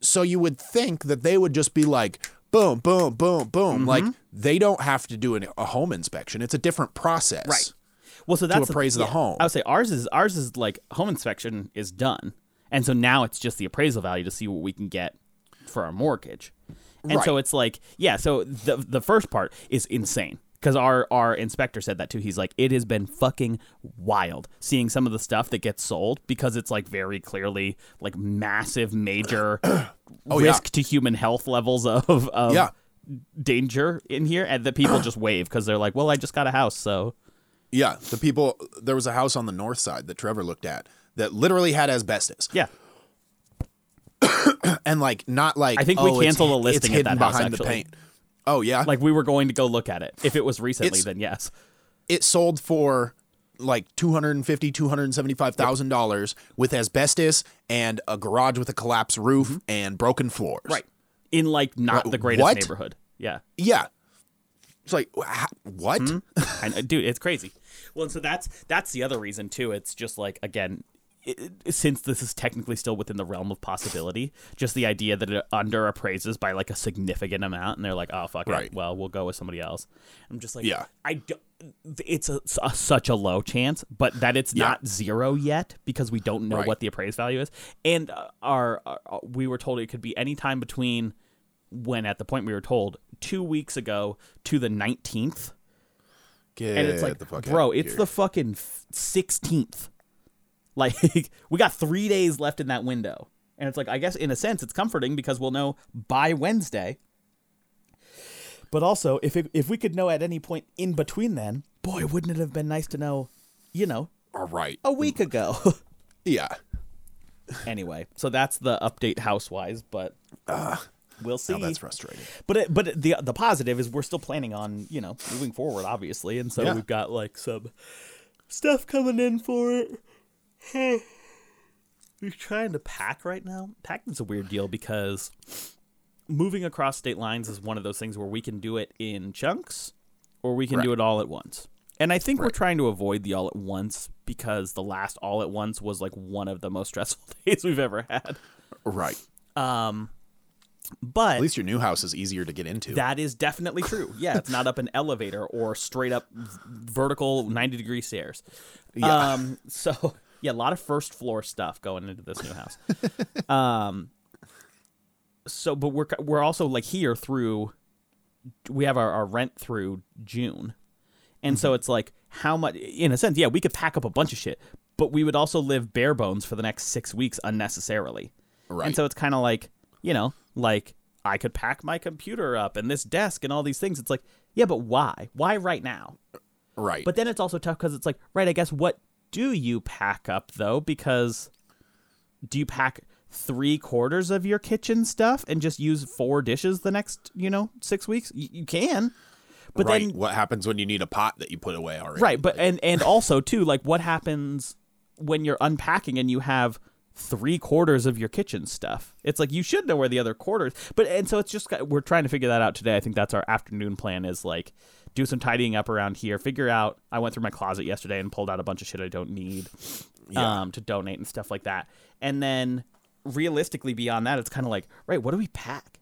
B: So you would think that they would just be like, boom, boom, boom, boom.
D: Mm-hmm.
B: Like they don't have to do an, a home inspection. It's a different process.
D: Right. Well, so that's
B: appraise the home.
D: I would say ours is ours is like home inspection is done, and so now it's just the appraisal value to see what we can get for our mortgage. And so
B: Right.
D: it's like, yeah. So the the first part is insane because our our inspector said that too. He's like, it has been fucking wild seeing some of the stuff that gets sold because it's like very clearly like
B: [CLEARS THROAT]
D: massive major
B: Oh, yeah.
D: risk to human health levels of of
B: Yeah.
D: danger in here, and the people just wave because they're like, well, I just got a house, so
B: Yeah. The people, there was a house on the north side that Trevor looked at that literally had asbestos.
D: yeah.
B: And like, not like,
D: I think we
B: "Oh, it's-
D: canceled the
B: it's
D: listing at
B: hidden
D: that house,
B: behind the
D: actually.
B: paint. Oh, yeah.
D: Like we were going to go look at it. If it was recently,
B: It's-
D: then yes.
B: it sold for like two hundred and fifty, two hundred and seventy-five thousand dollars with asbestos and a garage with a collapsed roof
D: Mm-hmm.
B: and broken floors.
D: In like not
B: Wha-
D: the greatest
B: what?
D: neighborhood. Yeah.
B: Yeah. It's like wh- ha- what?
D: I know, dude, it's crazy. Well, and so that's that's the other reason too. It's just like again, it, it- since this is technically still within the realm of possibility, just the idea that it under appraises by like a significant amount, and they're like, oh fuck,
B: Right.
D: it. well we'll go with somebody else. I'm just like,
B: Yeah.
D: I don't. It's a, s- a- such a low chance, but that it's not zero yet because we don't know
B: Right.
D: what the appraised value is. And uh, our, our we were told it could be any time between when at the point we were told two weeks ago to the 19th
B: Get
D: and it's like,
B: the fuck
D: bro,
B: outta
D: it's
B: here.
D: the fucking sixteenth. Like, [LAUGHS] we got three days left in that window, and it's like, I guess in a sense, it's comforting because we'll know by Wednesday. But also, if it, if we could know at any point in between then, boy, wouldn't it have been nice to know, you know,
B: all right.
D: a week ago. [LAUGHS]
B: Yeah.
D: anyway, so that's the update housewise, but we'll see.
B: Ah, Now that's frustrating.
D: But it, but the the positive is we're still planning on you know moving forward, obviously, and so
B: Yeah.
D: we've got like some stuff coming in for it. We're trying to pack right now. Packing's a weird deal because moving across state lines is one of those things where we can do it in chunks or we can do it all at once. And I think we're trying to avoid the all at once because the last all at once was like one of the most stressful [LAUGHS] days we've ever had.
B: Right.
D: But
B: At least your new house is easier to get into.
D: That is definitely true. Yeah, it's not up an elevator or straight up v- vertical 90 degree stairs.
B: Yeah.
D: Um, so, yeah, a lot of first floor stuff going into this new house. um, so, but we're, we're also like here through, we have our, our rent through June. And so it's like, how much, in a sense, yeah, we could pack up a bunch of shit, but we would also live bare bones for the next six weeks unnecessarily.
B: right.
D: And so it's kind of like, you know, like I could pack my computer up and this desk and all these things. It's like, yeah, but why? Why right now?
B: right.
D: But then it's also tough because it's like, right, I guess what do you pack up though? Because do you pack three quarters of your kitchen stuff and just use four dishes the next, you know, six weeks? Y- you can. But
B: right.
D: then
B: what happens when you need a pot that you put away already?
D: right but and and also too like what happens when you're unpacking and you have three quarters of your kitchen stuff it's like you should know where the other quarters but and so it's just got- we're trying to figure that out today i think that's our afternoon plan is like do some tidying up around here figure out i went through my closet yesterday and pulled out a bunch of shit i don't need um, to donate and stuff like that and then realistically beyond that it's kind of like right what do we pack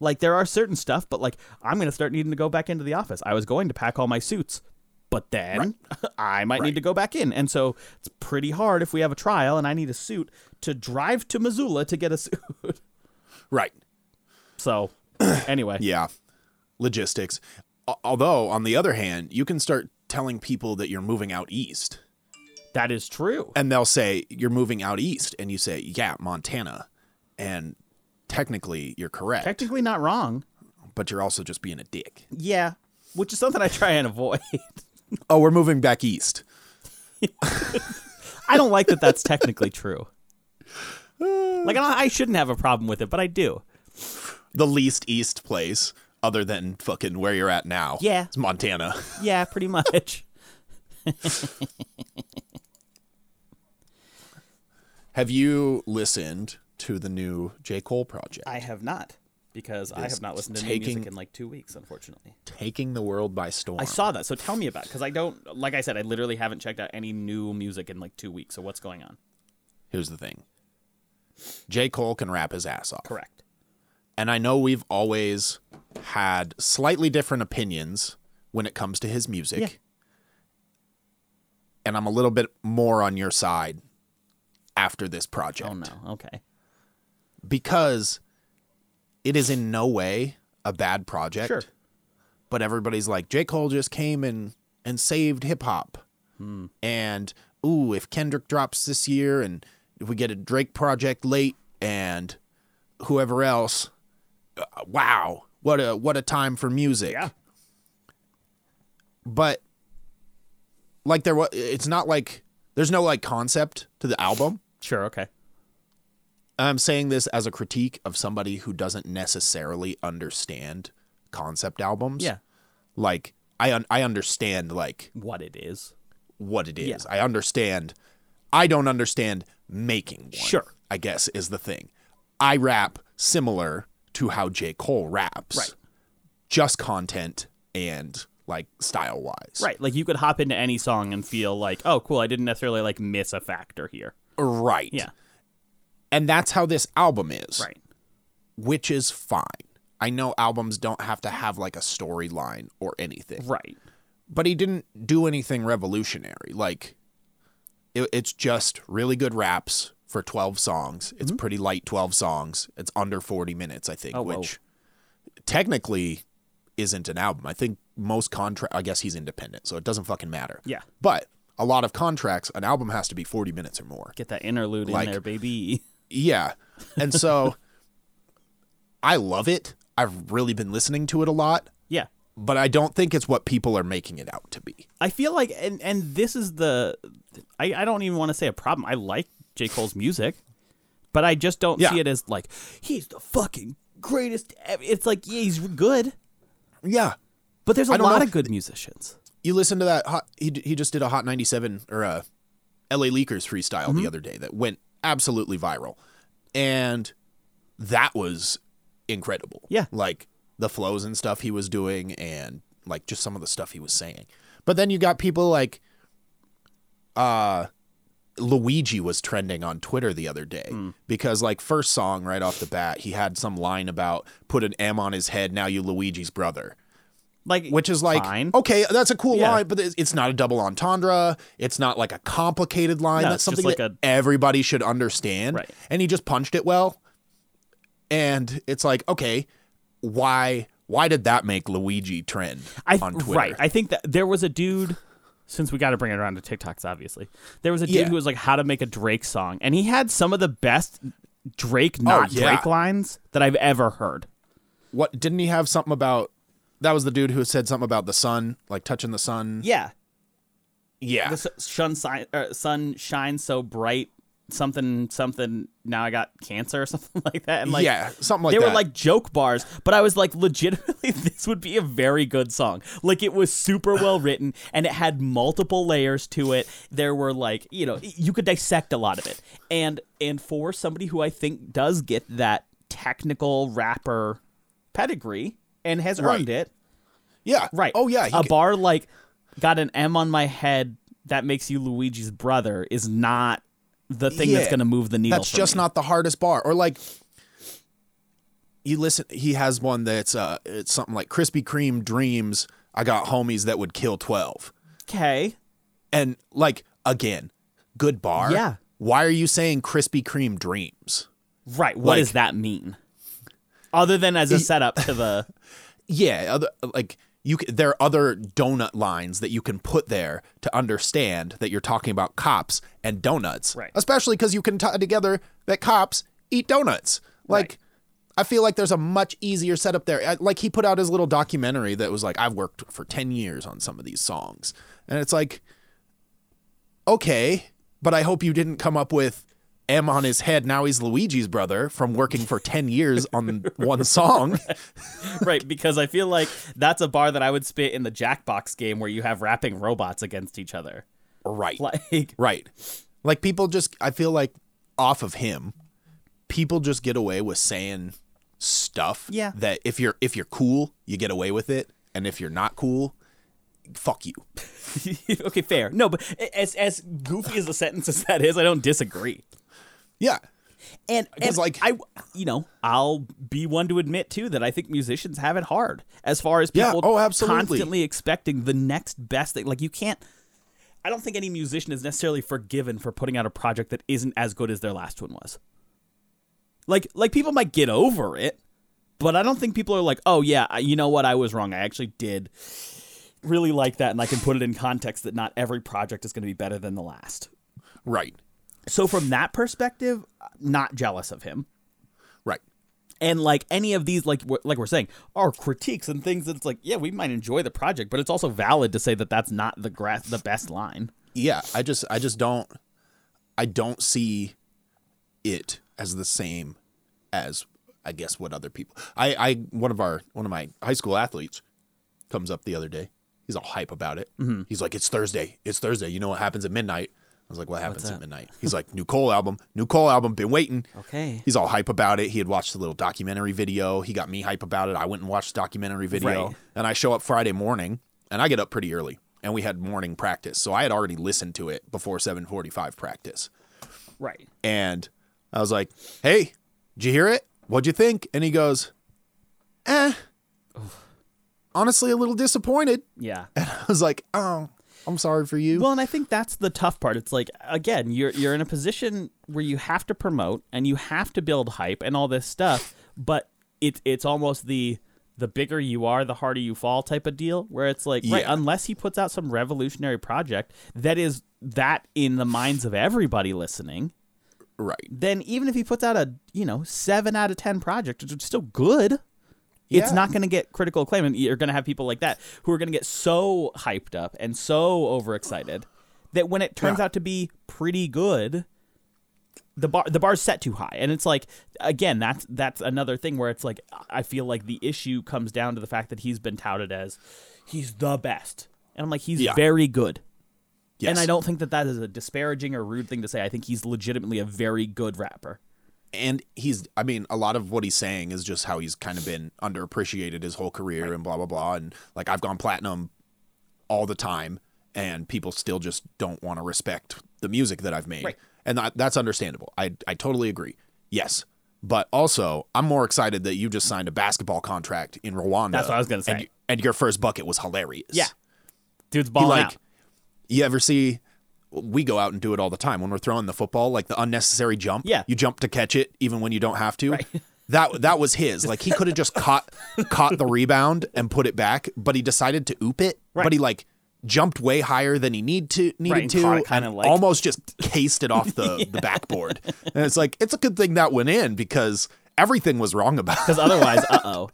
D: like there are certain stuff, but like I'm gonna start needing to go back into the office. I was going to pack all my suits, but then [LAUGHS] I might need to go back in, and so it's pretty hard if we have a trial and I need a suit to drive to [LAUGHS] Missoula to get a suit.
B: Right.
D: [COUGHS] so anyway,
B: Yeah. logistics. Al- Although, on the other hand, you can start telling people that you're moving out east,
E: That is true.
B: and they'll say you're moving out east, and you say, "Yeah, Montana," and technically you're correct,
D: Technically not wrong.
B: but you're also just being a dick.
D: Yeah.
E: Which is something I try and
D: [LAUGHS]
E: avoid.
B: Oh, we're moving back east.
E: I don't like that that's technically
D: [SIGHS]
E: true. Like, I I shouldn't have a problem with it, but I do.
B: the least east place other than fucking where you're at now.
E: Yeah.
B: It's Montana. [LAUGHS]
E: Yeah, pretty
D: [LAUGHS]
E: much.
B: Have you listened to the new J. Cole project?
D: I have not because I have not listened to new
B: taking-
D: music in like two weeks, unfortunately.
B: Taking the world by storm.
D: I saw that, so tell me about because I don't like I said I literally haven't checked out any new music in like two weeks. So what's going on?
B: Here's the thing. J. Cole can rap his ass off.
D: Correct.
B: And I know we've always had slightly different opinions when it comes to his music. And I'm a little bit more on your side after this project.
D: Oh no. Okay.
B: because it is in no way a bad project.
D: Sure.
B: But everybody's like, J. Cole just came and and saved hip hop.
D: Hmm.
B: And ooh, if Kendrick drops this year and if we get a Drake project late and whoever else, uh, wow, what a what a time for music.
D: Yeah.
B: But like there was it's not like there's no like concept to the album.
E: Sure, okay.
B: I'm saying this as a critique of somebody who doesn't necessarily understand concept albums.
E: Yeah.
B: Like I un- I understand like
E: What it is.
B: what it is. I understand I don't understand making one.
E: Sure.
B: I guess is the thing. I rap similar to how J. Cole raps.
E: Right.
B: Just content and like style wise.
E: Right. Like, you could hop into any song and feel like, oh, cool, I didn't necessarily, like, miss a factor here.
B: Right.
E: Yeah.
B: And that's how this album is.
E: Right.
B: Which is fine. I know albums don't have to have like a storyline or anything.
E: Right.
B: but he didn't do anything revolutionary. Like, it, it's just really good raps for 12 songs. It's pretty light 12 songs. It's under 40 minutes, I think,
E: Mm-hmm. Oh, whoa.
B: which technically isn't an album. I think most contract, I guess he's independent, so it doesn't fucking matter.
E: Yeah.
B: But a lot of contracts, an album has to be 40 minutes or more.
E: Get that interlude
B: Like-
E: in there, baby.
B: Yeah. And so [LAUGHS] I love it. I've really been listening to it a lot,
E: [LAUGHS] Yeah.
B: but I don't think it's what people are making it out to be.
E: I feel like, and and this is the, I, I don't even want to say a problem. I like J Cole's music, but I just don't
B: Yeah.
E: see it as like he's the fucking greatest. ev-" It's like yeah, he's good,
B: Yeah.
E: but there's a
B: I don't
E: lot
B: know.
E: of good musicians.
B: you listen to that hot he, he just did a hot 97 or a la leakers freestyle the other day that went absolutely viral and that was incredible
E: Yeah.
B: like the flows and stuff he was doing and like just some of the stuff he was saying but then you got people like uh luigi was trending on twitter the other day because like first song right off the bat he had some line about put an m on his head now you luigi's brother
E: Like
B: which is like
E: fine.
D: oh,
B: okay that's a cool
E: Yeah.
B: line but it's- it's not a double entendre it's not like a complicated line
E: No,
B: that's
E: it's just
B: something
E: like
B: that
E: a-
B: everybody should understand
E: Right.
B: and he just punched it well and it's like okay why why did that make luigi trend
E: I,
B: on twitter
E: Right. I think that there was a dude. Since we got to bring it around to TikToks, obviously, there was a dude
B: Yeah.
E: who was like how to make a Drake song, and he had some of the best Drake
D: Oh,
E: not
B: yeah.
E: Drake lines that I've ever heard.
B: what didn't he have something about that was the dude who said something about the sun like touching the sun
D: Yeah.
B: yeah
D: The s- sun, si- uh, sun shines so bright. Something, something. Now I got cancer or [LAUGHS] something like that. And like,
B: yeah something like
D: they
B: that
D: were like joke bars, but I was like, legitimately, [LAUGHS] this would be a very good song. Like, it was super
B: [SIGHS]
D: well written and it had multiple layers to it. There were like, you know, you could dissect a lot of it. And and for somebody who I think does get that technical rapper pedigree and has earned
B: Right.
D: it,
B: yeah
D: right?
B: oh yeah he
D: a
B: ca-
D: bar like got an M on my head that makes you Luigi's brother is not the thing that's
B: Yeah.
D: going to move the needle.
B: That's
D: for
B: just
D: me.
B: not the hardest bar. Or like you listen he has one that's uh it's something like Krispy Kreme dreams I got homies that would kill 12.
D: okay.
B: And like again, good bar.
D: Yeah.
B: Why are you saying Krispy Kreme dreams?
D: Right. What does
B: Like-
D: [LAUGHS] that mean? Other than as a setup to the
B: yeah, other, like you, c- there are other donut lines that you can put there to understand that you're talking about cops and donuts,
F: Right.
B: Especially because you can tie together that cops eat donuts. Like, I feel like there's a much easier setup there. I- Like he put out his little documentary that was like, I've worked for ten years on some of these songs, and it's like, okay, but I hope you didn't come up with M on his head. Now he's Luigi's brother from working for 10 years on one song.
D: right, because I feel like that's a bar that I would spit in the Jackbox game where you have rapping robots against each other.
B: Right.
D: Like, [LAUGHS]
B: Right. Like people just, I feel like off of him, people just get away with saying stuff
D: Yeah.
B: that if you're if you're cool you get away with it and if you're not cool fuck you
D: okay, fair. No, but as as goofy as the sentence as that is, I don't disagree.
B: yeah
D: And, and
B: Because, like-
D: I, you know, I'll be one to admit too that I think musicians have it hard as far as
B: Yeah,
D: people
B: oh, absolutely.
D: constantly expecting the next best thing. Like you can't. I don't think any musician is necessarily forgiven for putting out a project that isn't as good as their last one was. Like, like people might get over it, but I don't think people are like, oh yeah, I- you know what, I was wrong. I actually did really like that, and I can put it in context that not every project is going to be better than the last.
B: right
D: So from that perspective, uh, not jealous of him
B: right
D: and like any of these like we're- like we're saying are critiques and things that's like yeah we might enjoy the project but it's also valid to say that that's not the gra- the best line
B: yeah i just i just don't i don't see it as the same as i guess what other people i i one of our one of my high school athletes comes up the other day he's all hype about it he's like it's thursday it's thursday you know what happens at midnight i was like what happens at midnight he's like new cole album new cole album been waiting
F: Okay.
B: he's all hype about it he had watched the little documentary video he got me hype about it i went and watched the documentary video
D: Right.
B: and i show up friday morning and i get up pretty early and we had morning practice so i had already listened to it before 745 practice
D: right
B: and I was like, "Hey, did you hear it? What'd you think?" And he goes, "Eh, honestly, a little disappointed." [LAUGHS]
D: yeah
B: I was like, "Oh, I'm sorry for you."
D: [LAUGHS] well and i think that's the tough part it's like again you're you're in a position where you have to promote and you have to build hype and all this stuff but it it's almost the the bigger you are the harder you fall type of deal where it's like right
B: Yeah.
D: unless he puts out some revolutionary project that is that in the minds of everybody listening
B: right?
D: then even if he puts out a you know seven out of ten project, which is still good, it's not going to get critical acclaim, and you're going to have people like that who are going to get so hyped up and so overexcited that when it turns
B: Yeah.
D: out to be pretty good, the bar the bar's set too high, and it's like again that's that's another thing where it's like I feel like the issue comes down to the fact that he's been touted as he's the best, and I'm like he's
B: Yeah.
D: very good.
B: Yes.
D: And I don't think that that is a disparaging or rude thing to say. I think he's legitimately a very good rapper.
B: And he's, I mean, a lot of what he's saying is just how he's kind of been underappreciated his whole career and blah blah blah. And like, I've gone platinum all the time, and people still just don't want to respect the music that I've made.
D: Right.
B: And that, that's understandable. I, I totally agree. Yes. But also, I'm more excited that you just signed a basketball contract in Rwanda.
D: That's what I was gonna
B: And,
D: say.
B: and your first bucket was hilarious.
D: Yeah. Dude's
B: He,
D: balling
B: like,
D: out.
B: you ever see, we go out and do it all the time when we're throwing the football, like the unnecessary jump.
D: Yeah.
B: You jump to catch it even when you don't have to. [LAUGHS] That, that was his. Like he could have just caught [LAUGHS] caught the rebound and put it back, but he decided to oop it. But he like jumped way higher than he need to needed
D: Right, and
B: to,
D: caught it kinda
B: and
D: like-
B: almost just cased it off
D: [LAUGHS]
B: the, the backboard. And it's like it's a good thing that went in because everything was wrong about. [LAUGHS] It.
D: Because otherwise, uh oh.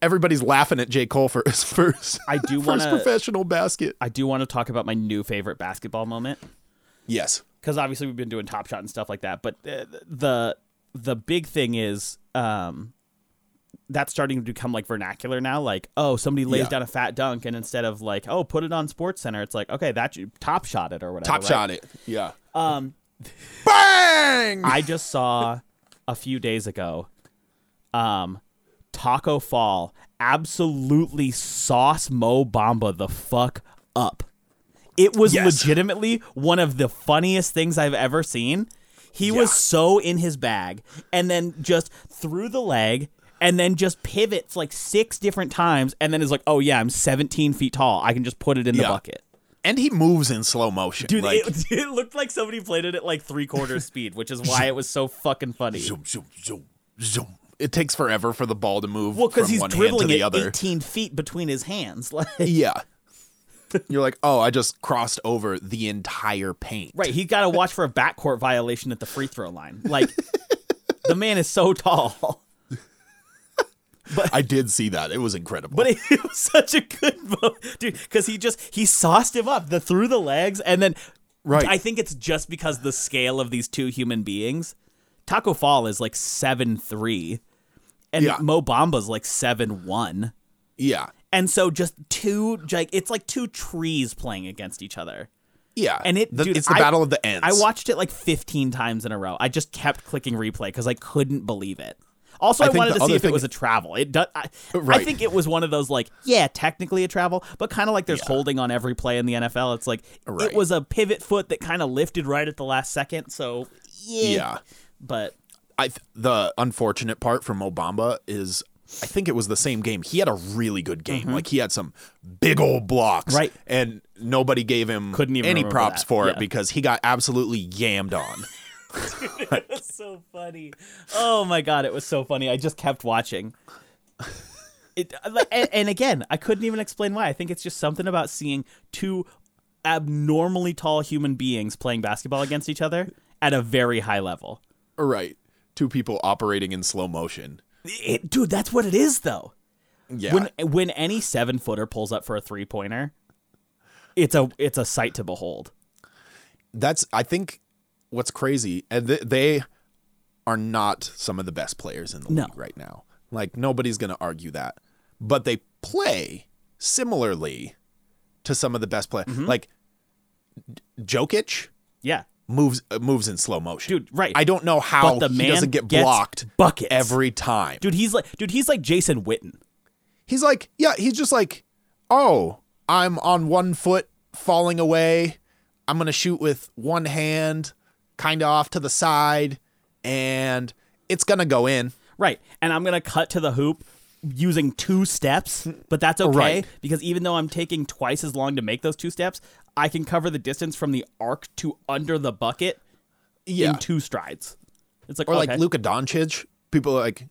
B: Everybody's laughing at J Cole for his [LAUGHS] first
D: I do
B: first
D: wanna-
B: professional basket.
D: I do want to talk about my new favorite basketball moment.
B: Yes.
D: Because obviously we've been doing Top Shot and stuff like that. But uh, the the big thing is um, that's starting to become like vernacular now. Like, oh, somebody lays
B: Yeah.
D: down a fat dunk, and instead of like, oh, put it on Sports Center, it's like, okay, that you top shot it or whatever.
B: Top
D: right?
B: shot it. Yeah.
D: Um,
B: Bang!
D: I just saw a few days ago um Taco Fall absolutely sauce Mo Bamba the fuck up. It was
B: Yes.
D: legitimately one of the funniest things I've ever seen. He was so in his bag and then just through the leg and then just pivots like six different times and then is like, oh yeah, I'm 17 feet tall. I can just put it in the
B: Yeah.
D: bucket.
B: and he moves in slow motion.
D: Dude,
B: like,
D: it, [LAUGHS] it looked like [LAUGHS] somebody played it at like three quarters speed, which is why it was so fucking funny.
B: zoom, zoom, zoom, zoom. it takes forever for the ball to move
D: Well,
B: because
D: because he's
B: one
D: dribbling
B: hand to the
D: it
B: other.
D: 18 feet between his hands. [LAUGHS] Like,
B: Yeah. You're like, oh, I just crossed over the entire paint.
D: right, he's got to watch for a backcourt violation at the free throw line.
B: [LAUGHS]
D: Like, the man is so tall. [LAUGHS]
B: I did see that. It was incredible.
D: But it, was such a good [LAUGHS] move, dude, because he just he sauced him up the through the legs, and then
B: Right.
D: I think it's just because the scale of these two human beings. Taco Fall is like seven three, and
B: Yeah.
D: Mo Bamba's like seven one,
B: yeah.
D: and so just two like it's like two trees playing against each other.
B: Yeah.
D: And it-
B: The-
D: dude,
B: it's the
D: I-
B: battle of the ends.
D: I watched it like 15 times in a row. I just kept clicking replay because I couldn't believe it. Also,
B: I
D: I,
B: think
D: wanted
B: the
D: to see
B: other
D: if it
B: thing-
D: was a travel. It does. I, I
B: Right.
D: think it was one of those like, yeah, technically a travel, but kind of like there's holding on every play in the NFL. It's like
B: Right.
D: it was a pivot foot that kind of lifted right at the last second. So yeah,
B: Yeah.
D: but
B: I th- the unfortunate part from Mobamba is I think it was the same game. He had a really good game. Like he had some big old blocks.
D: Mm-hmm. Right.
B: And nobody gave him
D: Couldn't even
B: any
D: remember
B: props
D: that.
B: for it
D: Yeah.
B: because he got absolutely yammed
D: [LAUGHS]
B: on.
D: that's so funny. Oh my god, it was so funny. I just kept watching. It like, and, and again, I couldn't even explain why. I think it's just something about seeing two abnormally tall human beings playing basketball against each other at a very high level.
B: right. Two people operating in slow motion.
D: It- dude, that's what it is though.
B: Yeah.
D: When when any seven footer pulls up for a three pointer, it's a it's a sight to behold.
B: that's I think what's crazy, and th- they are not some of the best players in the
D: No.
B: league right now. Like nobody's going to argue that, but they play similarly to some of the best players.
D: Mm-hmm.
B: Like D- Jokic
D: Yeah.
B: moves uh, moves in slow motion,
D: Dude, right.
B: I don't know how
D: But the
B: he
D: man
B: doesn't get
D: gets
B: blocked
D: buckets.
B: every time.
D: Dude, he's like dude, he's like Jason Witten.
B: He's like, yeah, he's just like, oh, I'm on one foot falling away. I'm going to shoot with one hand kind of off to the side and it's going to go in.
D: Right. And I'm going to cut to the hoop using two steps, but that's okay
B: Right.
D: because even though I'm taking twice as long to make those two steps, I can cover the distance from the arc to under the bucket
B: Yeah.
D: in two strides. It's like
B: or
D: okay.
B: like Luka Doncic, people are like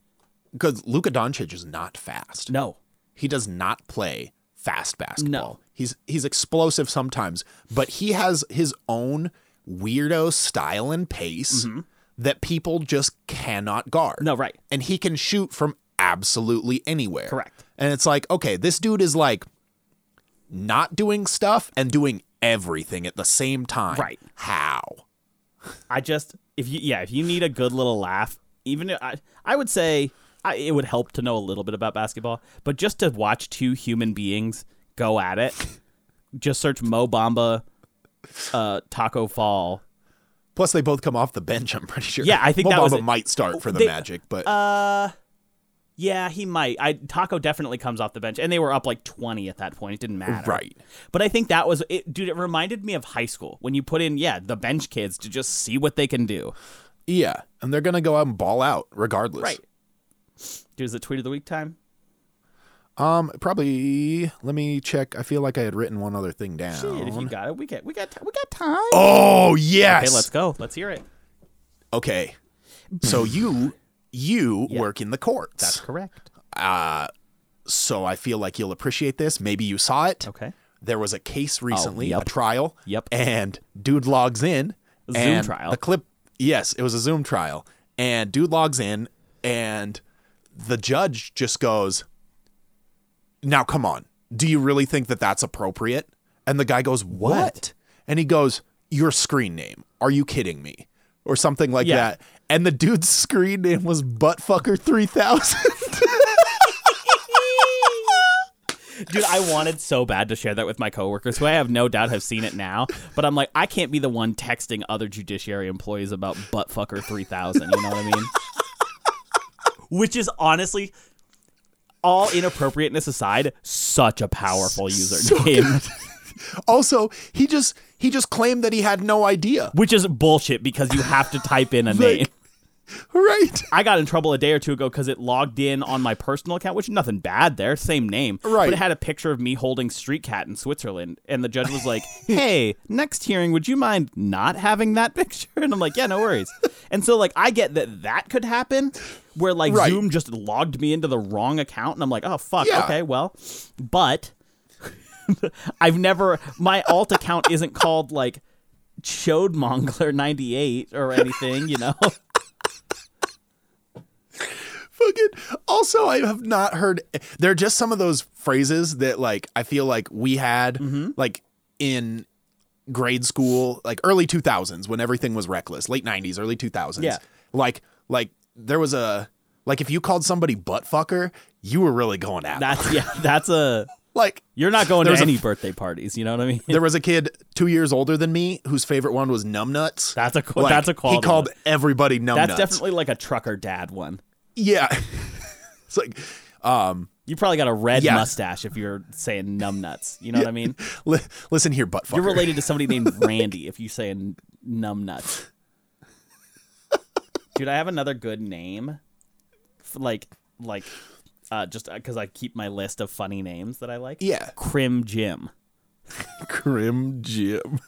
B: cuz Luka Doncic is not fast.
D: No.
B: He does not play fast basketball. He's he's explosive sometimes, but he has his own weirdo style and pace that people just cannot guard.
D: Mm-hmm. No, right.
B: And he can shoot from absolutely anywhere.
D: Correct.
B: And it's like, okay, this dude is like not doing stuff and doing everything at the same time.
D: Right.
B: How?
D: I just if you yeah, if you need a good little laugh, even if I I would say I, it would help to know a little bit about basketball, but just to watch two human beings go at it, just search Mo Bamba uh, Taco Fall
B: Plus, they both come off the bench. I'm pretty sure.
D: Yeah, I think
B: Mo
D: that was
B: Bamba
D: it.
B: might start for the
D: They- Uh,
B: Magic, but
D: Yeah, he might. I Taco definitely comes off the bench, and they were up like twenty at that point. It didn't matter,
B: Right.
D: But I think that was, it, dude. It reminded me of high school when you put in, yeah, the bench kids to just see what they can do.
B: yeah, and they're gonna go out and ball out regardless.
D: Right. Dude, is it tweet of the week time?
B: Um, probably. Let me check. I feel like I had written one other thing down.
D: Dude, if you got it, we got we got ti- we got time.
B: oh yes.
D: Okay, let's go. Let's hear it.
B: Okay.
D: [LAUGHS]
B: So you you work in the courts.
D: That's correct.
B: so I feel like you'll appreciate this. Maybe you saw it.
D: Okay.
B: There was a case recently,
D: Oh, yep.
B: a trial.
D: Yep.
B: And dude logs in.
D: Zoom
B: and
D: trial.
B: The clip. Yes, it was a Zoom trial. And dude logs in, and the judge just goes, "Now come on, do you really think that that's appropriate?" And the guy goes, "What?" And he goes, "Your screen name? Are you kidding me?" Or something like
D: Yeah.
B: that. And the dude's [LAUGHS] screen name was Buttfucker three
D: [LAUGHS]
B: thousand.
D: Dude, I wanted so bad to share that with my coworkers, who I have no doubt have seen it now. But I'm like, I can't be the one texting other judiciary employees about buttfucker three thousand. You know what I mean? Which is honestly, all inappropriateness aside, such a powerful username.
B: Also, he just he just claimed that he had no idea. [LAUGHS]
D: Which is bullshit because you have to type in a name.
B: Right. [LAUGHS]
D: I got in trouble a day or two ago because it logged in on my personal account, which nothing bad there, same name.
B: Right.
D: But it had a picture of me holding Street Cat in Switzerland. And the judge
B: [LAUGHS]
D: was like, hey, next hearing, would you mind not having that [LAUGHS] picture? And I'm like, yeah, no worries. and so, like, I get that that could happen where, like,
B: Right.
D: Zoom just logged me into the wrong account. And I'm like, oh, fuck.
B: Yeah.
D: Okay, well. But [LAUGHS] I've never, my alt account isn't called, like, Showed Mongler 98 or anything, you know? [LAUGHS]
B: Fucking. Also, I have not heard. There are just some of those phrases that, like, I feel like we had,
D: Mm-hmm.
B: like, in grade school, like early 2000s when everything was reckless, late 90s, early 2000s.
D: Yeah.
B: Like, like there was a like if you called somebody butt fucker, you were really going at them.
D: That's, yeah, that's a.
B: Like,
D: You're not going
B: There was
D: to
B: a-
D: any birthday parties. You know what I mean?
B: there was a kid two years older than me whose favorite one was numbnuts.
D: That's a cool- that's a
B: He
D: quality
B: called
D: one.
B: everybody numbnuts.
D: [LAUGHS] That's definitely like a trucker dad one.
B: yeah. [LAUGHS] it's like um,
D: You probably got a red
B: Yeah.
D: mustache if you're saying numbnuts. You know what
B: [LAUGHS]
D: I mean?
B: li- listen here, butt fucker.
D: You're related to
B: [LAUGHS]
D: somebody named Randy if you say n- numbnuts. Dude, I have another good name. F- Like, like, uh, just because I keep my list of funny names that I like.
B: Yeah.
D: Crim Jim,
B: [LAUGHS] Crim Jim.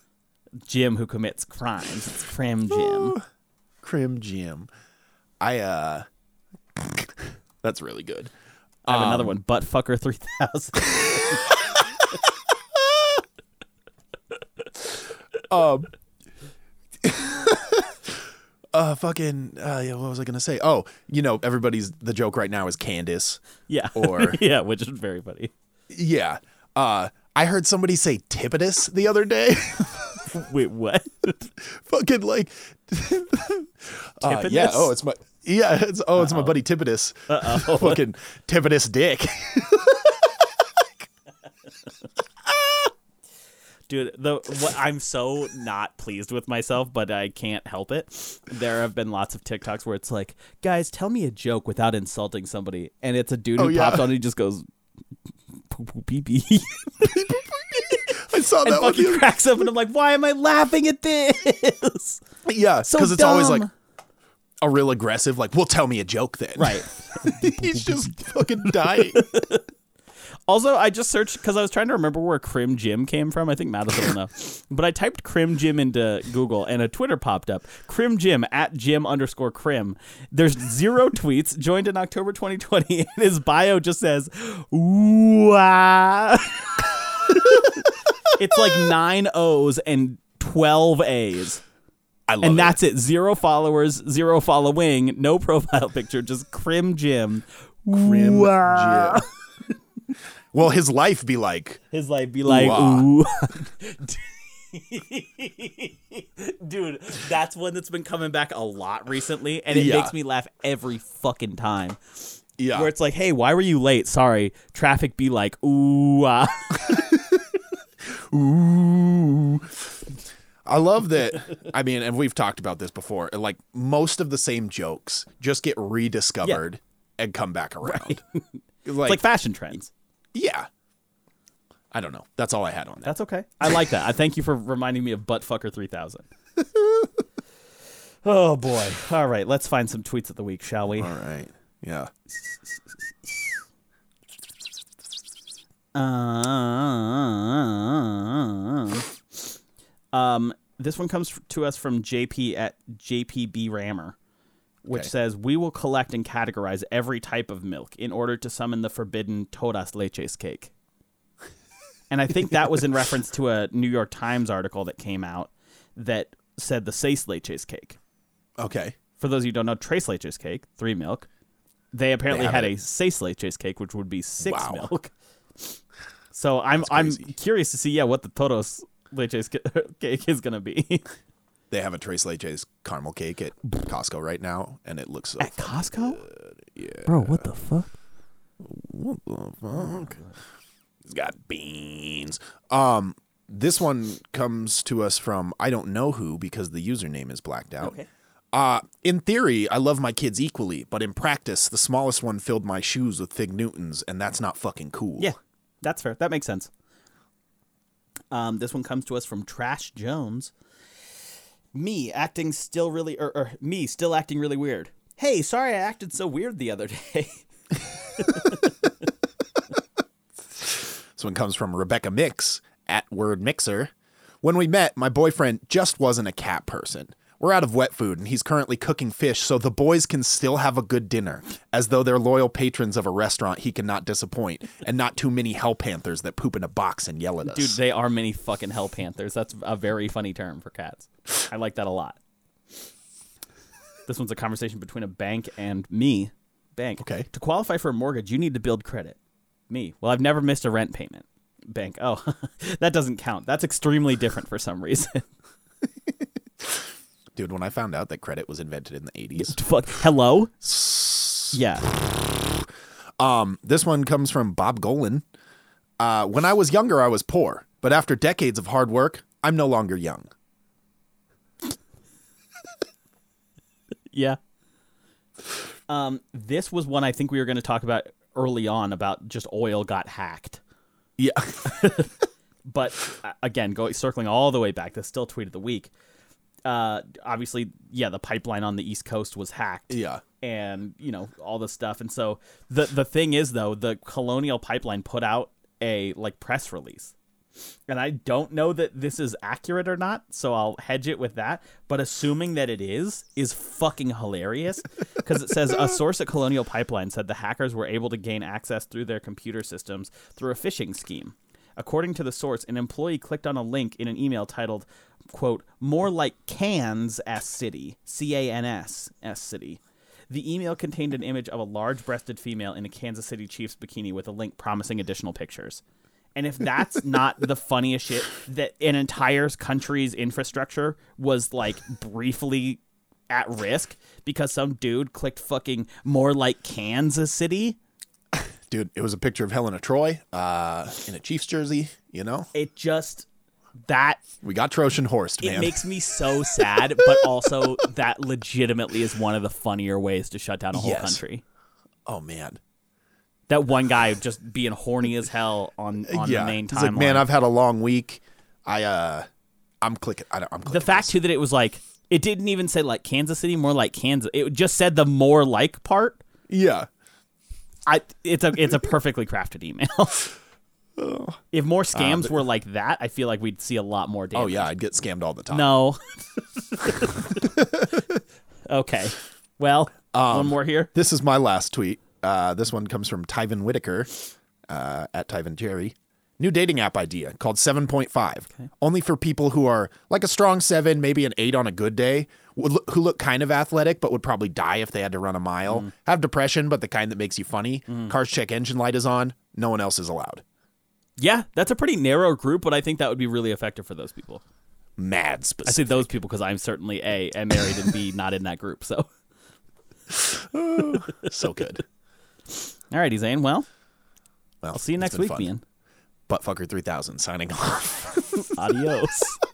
D: Jim who commits crimes. It's Crim Jim.
B: Crim Jim. I uh That's really good.
D: I have another one, Buttfucker three thousand. [LAUGHS]
B: Um Uh fucking uh yeah, what was I gonna say? Oh, you know, everybody's the joke right now is Candace.
D: Yeah,
B: Or-
D: [LAUGHS] yeah, which is very funny.
B: Yeah. Uh I heard somebody say Tippitus the other day. [LAUGHS]
D: Wait, what? [LAUGHS]
B: fucking like [LAUGHS] uh, yeah,
D: Tippitus?
B: oh it's my yeah, it's oh it's my buddy Tippitus. Uh-oh. [LAUGHS] fucking Tippitus dick. [LAUGHS]
D: dude the what i'm so not pleased with myself but i can't help it there have been lots of tiktoks where it's like guys tell me a joke without insulting somebody and it's a dude who
B: Oh, yeah.
D: pops on and he just goes "Poo, poo, pee pee [LAUGHS]
B: I saw [LAUGHS]
D: and
B: that one. the
D: fucking
B: other-
D: cracks up and i'm like why am i laughing at this [LAUGHS]
B: Yeah, because
D: So
B: it's always like
D: dumb.
B: a real aggressive, like, well, tell me a joke then.
D: right
B: [LAUGHS] He's just fucking
D: [LAUGHS]
B: dying.
D: also i just searched because i was trying to remember where crim jim came from i think madison will
B: [LAUGHS]
D: know but i typed crim jim into google and a twitter popped up crim jim at jim underscore crim
B: [LAUGHS]
D: there's zero tweets joined in october 2020 [LAUGHS] and his bio just says ooh ah." [LAUGHS] it's like nine o's and 12 a's
B: I love
D: and
B: it.
D: that's it zero followers zero following no profile [LAUGHS] picture just crim jim
B: Grim
D: [LAUGHS]
B: Jim. Well, his life be like,
D: His life be like,
B: Ooh-ah.
D: [LAUGHS] ooh. ah. Dude, that's one that's been coming back a lot recently, and it
B: Yeah.
D: makes me laugh every fucking time.
B: yeah,
D: Where it's like, hey, why were you late? Sorry. Traffic be like, ooh. ah." [LAUGHS]
B: ooh. I love that.
D: [LAUGHS]
B: I mean, and we've talked about this before. Like most of the same jokes just get rediscovered and come back around. [LAUGHS] Like,
D: It's like fashion trends.
B: yeah. I don't know. That's all I had on that.
D: That's okay. I like that. I thank you for reminding me of Buttfucker [LAUGHS] 3000. oh, boy. All right, let's find some tweets of the week, shall we?
B: All right. Yeah.
D: Uh, Um, this one comes f- to us from JP at JPB Rammer, which
B: Okay.
D: says we will collect and categorize every type of milk in order to summon the forbidden todas leches cake. And I think that was in reference to a New York Times article that came out that said the seis leches cake.
B: Okay.
D: For those of you who don't know, tres leches cake, three milk. They apparently
B: have
D: had
B: it.
D: a seis leches cake, which would be six
B: Wow.
D: milk. So I'm I'm
B: crazy.
D: curious to see yeah what the todos leches ca- [LAUGHS] cake is
B: [LAUGHS]
D: gonna be
B: They have a Trace Leches caramel cake at Costco right now, and it looks so
D: Costco.
G: Bro, what the fuck?
B: It's got beans. Um, this one comes to us from I don't know who because the username is blacked out. Okay. Uh, in theory, I love my kids equally, but in practice, the smallest one filled my shoes with Fig Newtons, and that's not fucking cool.
D: Yeah, that's fair. That makes sense. Um, this one comes to us from Trash Jones, me acting still really or, or me still acting really weird. Hey, sorry I acted so weird the other [LAUGHS] day.
B: This one comes from Rebecca Mix at Word Mixer. When we met, my boyfriend just wasn't a cat person. We're out of wet food and he's currently cooking fish so the boys can still have a good dinner, as though they're loyal patrons of a restaurant he cannot disappoint, and not too many hell panthers that poop in a box and yell at us.
D: Dude, they are many fucking hell panthers. That's a very funny term for cats. I like that a lot. This one's a conversation between a bank and me. Bank.
B: Okay.
D: To qualify for a mortgage, you need to build credit. Me. Well, I've never missed a rent payment. Bank. Oh, [LAUGHS] that doesn't count. That's extremely different for some reason. [LAUGHS]
B: Dude, when I found out that credit was invented in the 80s,
D: Fuck. Hello? Yeah.
B: This one comes from Bob Golan. Uh, when I was younger, I was poor, but after decades of hard work, I'm no longer young.
D: Yeah. Um, this was one I think we were going to talk about early on about just oil got hacked.
B: Yeah.
D: But uh, again, going circling all the way back, this still tweet of the week. Uh, obviously, yeah, the pipeline on the East Coast was
B: [LAUGHS]
D: hacked.
B: Yeah.
D: and you know all this stuff. And so the the thing is though, the Colonial Pipeline put out a like press release. And I don't know that this is accurate or not, so I'll hedge it with that. But assuming that it is, is fucking hilarious because it says a source at Colonial Pipeline said the hackers were able to gain access through their computer systems through a phishing scheme. According to the source, an employee clicked on a link in an email titled, quote, more like cans S city, C A N S S city. The email contained an image of a large breasted female in a Kansas City Chiefs bikini with a link promising additional pictures. And
B: [LAUGHS]
D: if that's not the funniest shit, that an entire country's infrastructure was like briefly at risk because some dude clicked fucking more like Kansas City.
B: Dude, it was a picture of Helena Troy uh, in a Chiefs jersey, you know?
D: It just, that
B: We got Trojan horsed,
D: It
B: man.
D: makes me so sad, but
B: [LAUGHS]
D: also that legitimately is one of the funnier ways to shut down a whole
B: Yes.
D: country.
B: oh, man.
D: That one guy just being horny as hell on, on
B: yeah.
D: the main timeline.
B: He's like, man, I've had a long week. I, uh, I'm clicking. I don't, I'm clicking.
D: the fact too that it was like it didn't even say like Kansas City, more like Kansas. It just said the more like part.
B: yeah.
D: I it's a it's a perfectly crafted email. [LAUGHS] if more scams were like that, I feel like we'd see a lot more damage.
B: Oh, yeah. I'd get scammed all the time.
D: [LAUGHS] No. okay. Well, one more here.
B: This is my last tweet. Uh, this one comes from Tyven Whitaker uh, at Tyven Jerry. New dating app idea called 7.5, only for people who are like a strong seven, maybe an eight on a good day, would look- who look kind of athletic but would probably die if they had to run a mile, have depression, but the kind that makes you funny. Car's check engine light is on. No one else is allowed.
D: Yeah, that's a pretty narrow group, but I think that would be really effective for those people.
B: Mad
D: I
B: specific.
D: say those people because I'm certainly a am married and b not in that group. So, all
B: so good.
D: righty, Zane. Well,
B: Well,
D: [LAUGHS] I'll see you next week, man.
B: [LAUGHS] Buttfucker3000 signing off.
D: Adios.